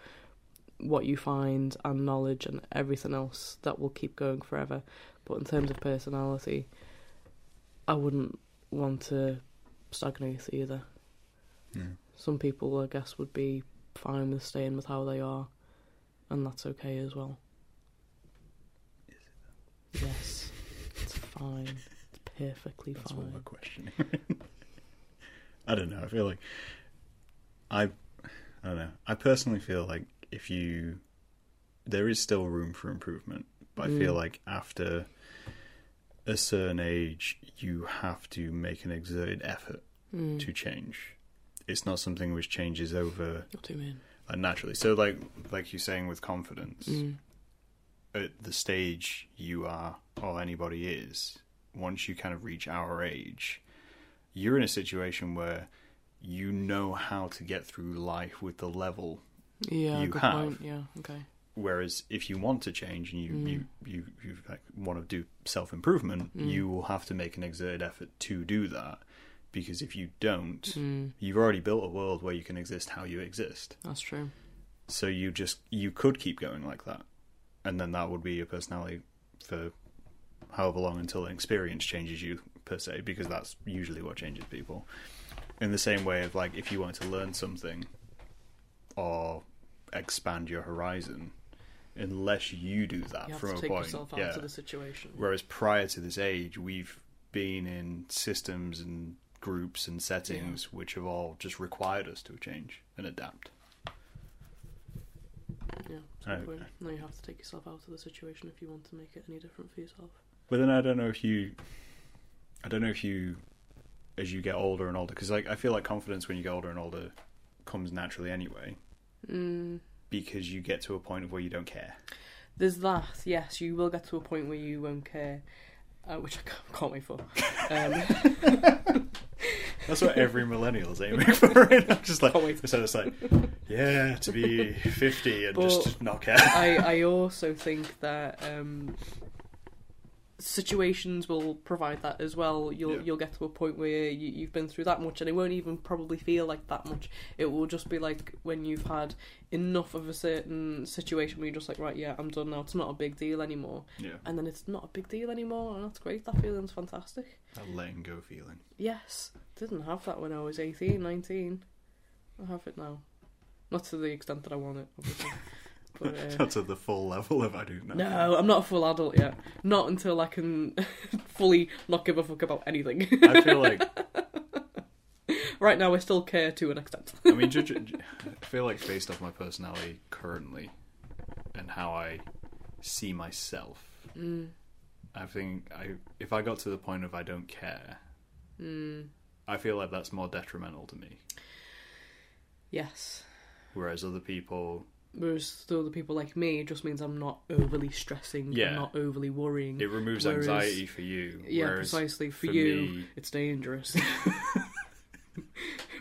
what you find and knowledge and everything else that will keep going forever. But in terms of personality, I wouldn't want to stagnate either some people I guess would be fine with staying with how they are, and that's okay as well. Yes, it's fine. It's perfectly That's what we're fine. questioning. I don't know. I feel like I, I don't know. I personally feel like if you, there is still room for improvement, but I feel Mm. like after a certain age, you have to make an exerted effort Mm. to change. It's not something which changes over What do you mean? uh, naturally. So, like, like you're saying with confidence, Mm. at the stage you are or anybody is, once you kind of reach our age, you're in a situation where you know how to get through life with the level. Yeah, You good have. point. Yeah, okay. Whereas if you want to change and you Mm. you you, you like, want to do self improvement, Mm. you will have to make an exerted effort to do that. Because if you don't, Mm, you've already built a world where you can exist how you exist. that's true. So you just you could keep going like that, and then that would be your personality for however long until an experience changes you per se, because that's usually what changes people. In the same way of like if you wanted to learn something or expand your horizon, unless you do that You have from to a take point, yourself out yeah. of the situation. Whereas prior to this age, we've been in systems and groups and settings which have all just required us to change and adapt. Yeah, it's a I- good point. No, you have to take yourself out of the situation if you want to make it any different for yourself. But then I don't know if you, I don't know if you, as you get older and older, because like I feel like confidence when you get older and older comes naturally anyway, Mm. because you get to a point of where you don't care. There's that, yes. You will get to a point where you won't care, uh, which I can't, can't wait for. Um, That's what every millennial's aiming for. Right? I'm just like, Can't wait. so it's like, yeah, to be fifty and But- just not care. I, I also think that um, situations will provide that as well. You'll Yeah. you'll get to a point where you, you've been through that much, and it won't even probably feel like that much. It will just be like when you've had enough of a certain situation where you're just like, right, yeah, I'm done now. It's not a big deal anymore, Yeah, and then it's not a big deal anymore, and that's great. That feeling's fantastic. that letting go feeling. Yes, didn't have that when I was 18, 19. I have it now, not to the extent that I want it, obviously, But, uh, Not to the full level of I do know. No, I'm not a full adult yet. Not until I can fully not give a fuck about anything. I feel like right now, I still care to an extent. I mean, judge, I feel like based off my personality currently and how I see myself, Mm. I think I if I got to the point of I don't care, Mm. I feel like that's more detrimental to me. Yes. Whereas other people, Whereas to other people like me, it just means I'm not overly stressing. I'm Yeah. not overly worrying. it removes Whereas- anxiety for you. yeah, whereas precisely. For, for you, me- it's dangerous.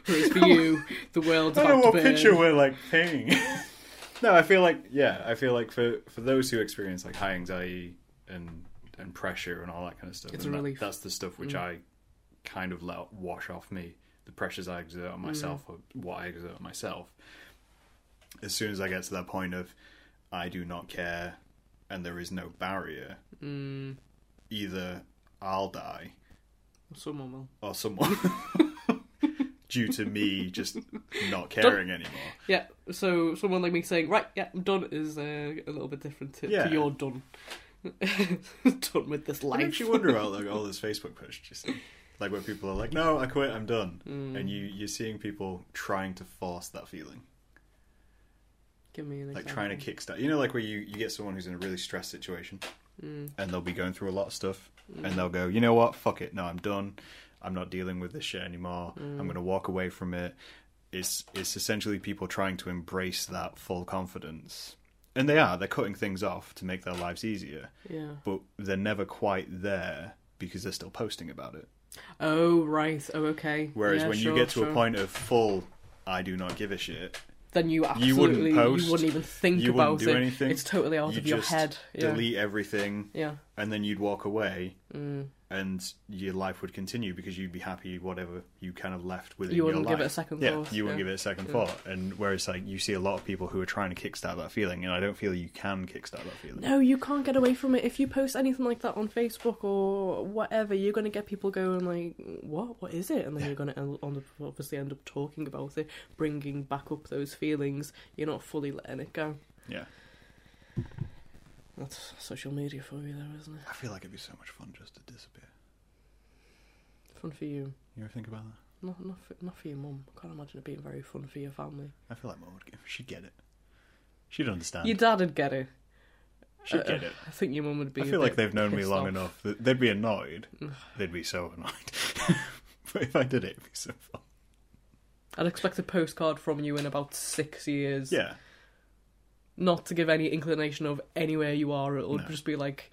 Whereas for you, the world's I about don't know to what burn. picture we're like painting. no, I feel like yeah, I feel like for for those who experience like high anxiety and and pressure and all that kind of stuff, It's and a that- relief. that's the stuff which I kind of let wash off me. The pressures I exert on myself or what I exert on myself. As soon as I get to that point of I do not care and there is no barrier, either I'll die Someone will. or someone due to me just not caring anymore. Yeah, so someone like me saying, right, yeah, I'm done is uh, a little bit different to, Yeah. to your done. done with this It life. makes you wonder about like all this Facebook push, just like where people are like, "No, I quit, I'm done," and you you're seeing people trying to force that feeling, Give me an like example. trying to kickstart. You know, like where you you get someone who's in a really stressed situation, and they'll be going through a lot of stuff, and they'll go, "You know what? Fuck it. No, I'm done. I'm not dealing with this shit anymore. I'm gonna walk away from it." It's it's essentially people trying to embrace that full confidence, and they are. They're cutting things off to make their lives easier Yeah. but they're never quite there because they're still posting about it. Oh right. Oh okay. Whereas Yeah, when sure, you get to sure. a point of full, I do not give a shit. then you You absolutely wouldn't you wouldn't, post. even think you about wouldn't do it. anything. It's totally out you of your just head. Yeah. Delete everything, Yeah. Mm. and then you'd walk away, and your life would continue because you'd be happy whatever you kind of left within You your wouldn't life. give it a second yeah, thought, you wouldn't yeah. give it a second thought. And whereas like you see a lot of people who are trying to kickstart that feeling, and I don't feel you can kickstart that feeling. No, you can't get away from it. If you post anything like that on Facebook or whatever, you're going to get people going like, "What? What is it?" And then you're going to end up, obviously end up talking about it, bringing back up those feelings. You're not fully letting it go. Yeah, That's social media for you, though, isn't it? I feel like it'd be so much fun just to disappear. Fun for you. You ever think about that? Not, not, for, not for your mum. I can't imagine it being very fun for your family. I feel like Mum would. She'd get it. She'd understand. Your dad'd get it. She'd Uh, get it. I think your mum would be. I a feel like bit they've known me pissed long off. enough. That they'd be annoyed. they'd be so annoyed. but if I did it, it'd be so fun. I'd expect a postcard from you in about six years. Yeah. Not to give any inclination of anywhere you are. It'll No. just be like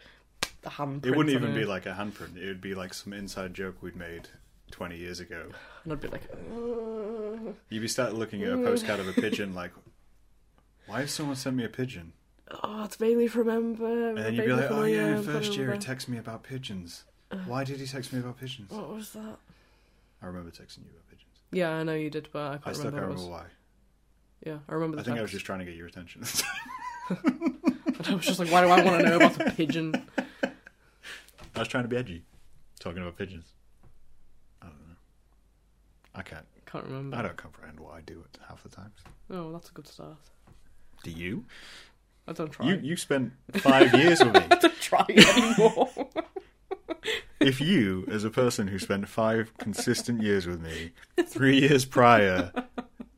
the handprint. It wouldn't on even it. be like a handprint. It would be like some inside joke we'd made 20 years ago. And I'd be like, "Uh, You'd be starting looking at a postcard of a pigeon like, why has someone sent me a pigeon? oh, it's Bailey from Ember. And then you'd be like, oh yeah, in first year he texted me about pigeons. Why did he text me about pigeons? What was that? I remember texting you about pigeons. Yeah, I know you did, but I can't I still can't remember. what remember it was. why. Yeah, I remember the I think I was text. just trying to get your attention. I was just like, why do I want to know about the pigeon? I was trying to be edgy, talking about pigeons. I don't know. I can't. Can't remember. I don't comprehend what I do at half the times. Oh, that's a good start. Do you? I don't try. You you spent five years with me. I don't try anymore. If you, as a person who spent five consistent years with me, three years prior,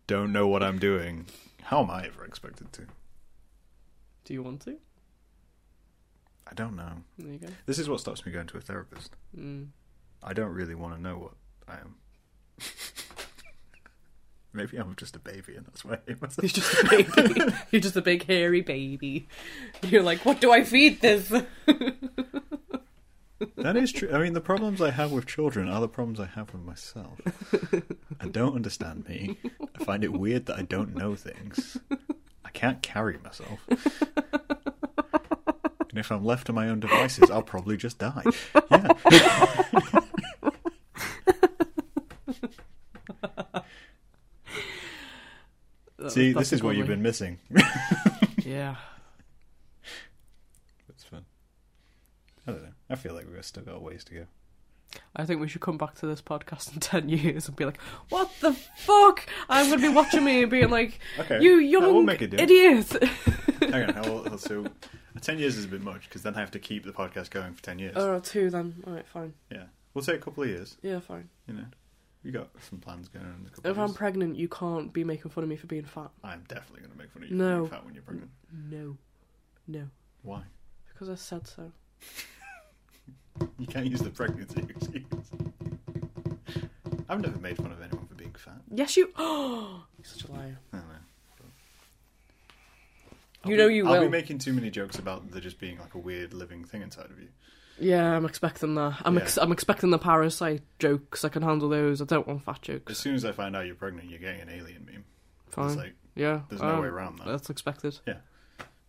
don't know what I'm doing, how am I ever expected to? do you want to? I don't know. There you go. This is what stops me going to a therapist. Mm. I don't really want to know what I am. Maybe I'm just a baby, and that's why I hate myself. You're just a baby. You're just a big hairy baby. You're like, what do I feed this? That is true. I mean, the problems I have with children are the problems I have with myself. I don't understand me. I find it weird that I don't know things. I can't carry myself. And if I'm left to my own devices, I'll probably just die. Yeah. See, this is what you've been missing. Yeah. That's fun. I don't know. I feel like we've still got a ways to go. I think we should come back to this podcast in 10 years and be like, what the fuck? I'm going to be watching me and being like, Okay. you Yeah, we'll young make a deal. idiot. Hang on, how old? So, uh, ten years is a bit much because then I have to keep the podcast going for ten years. Oh, two then. All right, fine. yeah, we'll say a couple of years. Yeah, fine. You know, we got some plans going on. In a couple If of I'm years. pregnant, you can't be making fun of me for being fat. I'm definitely going to make fun of you. No. No. Fat when you're pregnant. No, no, Why? because I said so. You can't use the pregnancy excuse. I've never made fun of anyone for being fat. Yes, you. Oh, such a liar. I don't know. You know you I'll will. be making too many jokes about there just being like a weird living thing inside of you. Yeah, I'm expecting that. I'm ex- Yeah. I'm expecting the parasite jokes. I can handle those. I don't want fat As jokes. soon as I find out you're pregnant, you're getting an alien meme. Fine. It's like yeah. there's no um, way around that. That's expected. Yeah.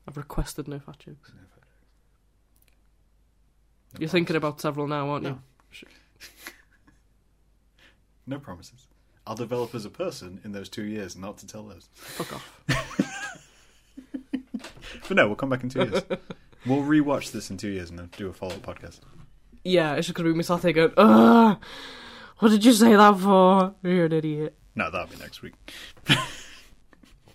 I've requested no fat jokes. No fat jokes. No You're thinking promises. about several now, aren't you? No. no promises. I'll develop as a person in those two years, not to tell those. Fuck off. But no, we'll come back in two years. we'll rewatch this in two years and then do a follow up podcast. Yeah, it's just gonna be Miss Hattie going, Ugh, what did you say that for? You're an idiot. No, that'll be next week.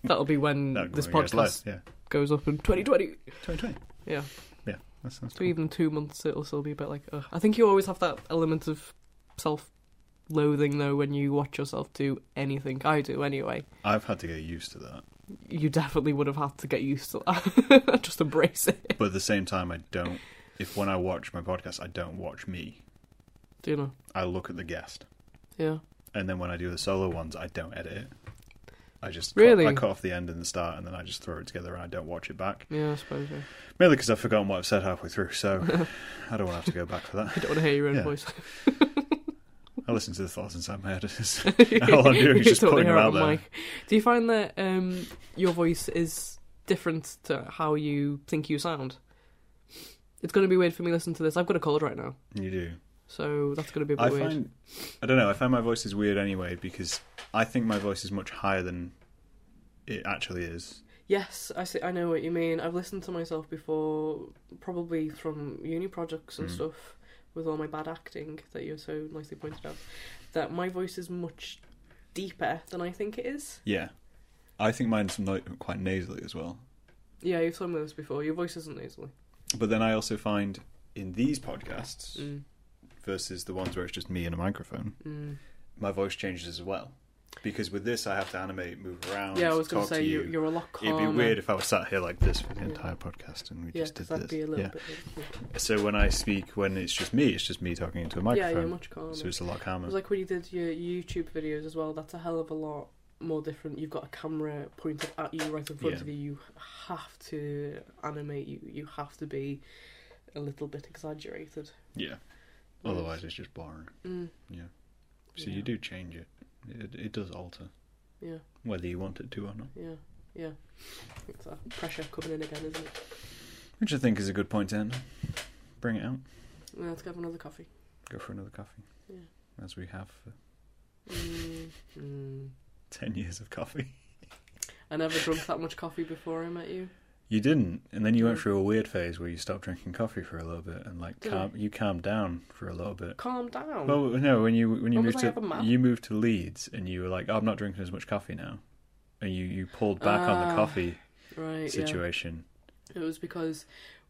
That'll be when No, this when it goes podcast live, goes up in 2020. yeah, twenty twenty. Yeah, Yeah, that sounds so cool. even two months it'll still be a bit like, ugh. I think you always have that element of self-loathing though when you watch yourself do anything. I do anyway. I've had to get used to that, You definitely would have had to get used to that. just embrace it. but at the same time, I don't. If when I watch my podcast, I don't watch me. Do you know? I look at the guest, Yeah. and then when I do the solo ones, I don't edit it. I just cut- Really? I cut off the end and the start, and then I just throw it together, and I don't watch it back. Yeah, I suppose. Yeah. Mainly because I've forgotten what I've said halfway through, so I don't want to have to go back for that. You don't want to hear your own Yeah. voice. I listen to the thoughts inside my head. All I'm doing You is just don't putting hear them it on out there. mic. Do you find that um, your voice is different to how you think you sound? It's going to be weird for me listening to this. I've got a cold right now, You do. so that's going to be a bit I weird. find I don't know. I find my voice is weird anyway because I think my voice is much higher than it actually is. Yes, I see. I know what you mean. I've listened to myself before, probably from uni projects and Mm. stuff, with all my bad acting that you so nicely pointed out. That my voice is much deeper than I think it is. Yeah, I think mine's no- quite nasally as well. Yeah, you've told me this before. Your voice isn't nasally. But then I also find in these podcasts Mm, versus the ones where it's just me and a microphone, mm. my voice changes as well. Because with this, I have to animate, move around. Yeah, I was going talk to say to you. you. you're a lot calmer. It'd be weird if I was sat here like this for the Yeah. entire podcast and we Yeah, just 'cause did that'd this. be a little yeah. bit. So when I speak, when it's just me, it's just me talking into a Yeah, microphone. you're much calmer. so it's a lot It calmer. was like when you did your YouTube videos as well. That's a hell of a lot more different. You've got a camera pointed at you right in front Yeah. of you. You have to animate. You you have to be a little bit exaggerated. yeah. Otherwise, it's just boring. Mm, Yeah. So Yeah. you do change it. it. It does alter, yeah, whether you want it to or not. yeah, yeah. It's that pressure coming in again, isn't it? Which I think is a good point to end. on. Bring it out. Yeah, let's go have another coffee. Go for another coffee. Yeah. As we have for Mm, mm. 10 years of coffee. I never drunk that much coffee before I met you. You didn't. And then you went Mm. through a weird phase where you stopped drinking coffee for a little bit and like Did calm, you calmed down for a little bit. Calm down. Well, no, when you when you When moved was I ever to mad? you moved to Leeds and you were like, oh, I'm not drinking as much coffee now. And you, you pulled back on the Ah. coffee right. yeah. situation. It was because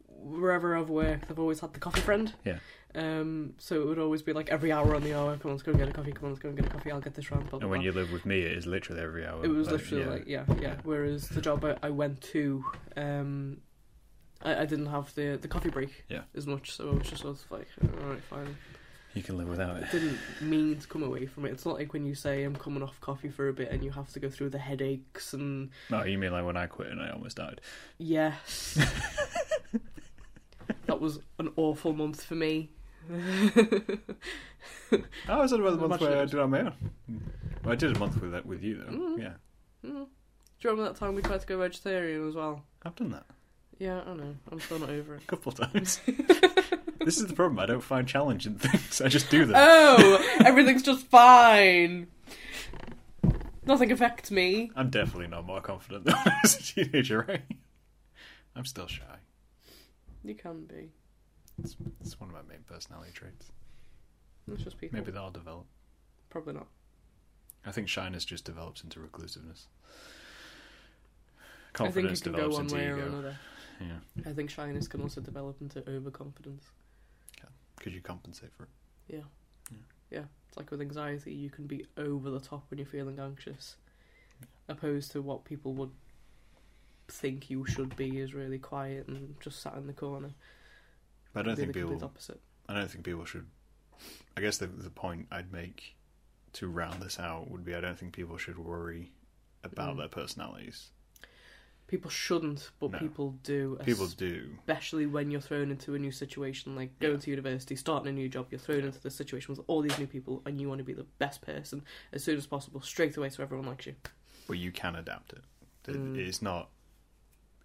wherever I've worked, I've always had the coffee friend. Yeah. Um. So it would always be like every hour on the hour. Come on, let's go and get a coffee. Come on, let's go and get a coffee. I'll get this round. Blah, blah, And when blah. you live with me, it is literally every hour. it was Like, literally yeah. like yeah, yeah. Yeah. Whereas the job I, I went to, um, I, I didn't have the the coffee break. Yeah. As much, so I was just sort of like, all right, fine. you can live without it. I didn't mean to come away from it. It's not like when you say I'm coming off coffee for a bit and you have to go through the headaches and No, you mean like when I quit and I almost died? yes. That was an awful month for me. Oh, I was at about the How month much where I was did it on my own. Well, I did a month with that with you though. Mm. Yeah, Mm. Do you remember that time we tried to go vegetarian as well? I've done that Yeah, I know. I'm still not over it. a couple of times. this is the problem. I don't find challenge in things. I just do them. Oh, everything's just fine. Nothing affects me. I'm definitely not more confident than when I was a teenager, right? I'm still shy. You can be. It's, it's one of my main personality traits. That's just people. Maybe that'll develop. Probably not. I think shyness just develops into reclusiveness. Confidence I think it can go develops one into way or ego. another. Yeah, I think shyness can also develop into overconfidence. because you compensate for it. Yeah. Yeah. It's like with anxiety, you can be over the top when you're feeling anxious, opposed to what people would think you should be is really quiet and just sat in the corner. But I don't Be think the complete people. opposite. I don't think people should. I guess the the point I'd make to round this out would be I don't think people should worry about Mm. their personalities. People shouldn't, but No. people do. People do. especially when you're thrown into a new situation, like going Yeah. to university, starting a new job, you're thrown into this situation with all these new people, and you want to be the best person as soon as possible, straight away, so everyone likes you. but you can adapt it. Th- Mm. It's not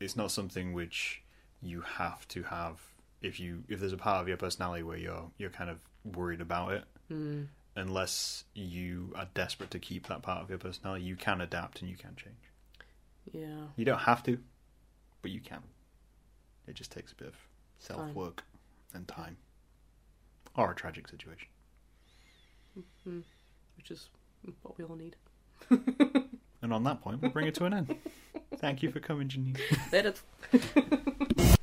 it's not something which you have to have if you if there's a part of your personality where you're you're kind of worried about it Mm. unless you are desperate to keep that part of your personality you can adapt and you can change Yeah. you don't have to but you can it just takes a bit of self work and time or a tragic situation Mm. Which is what we all need. and on that point we'll bring it to an end thank you for coming Janine There it is.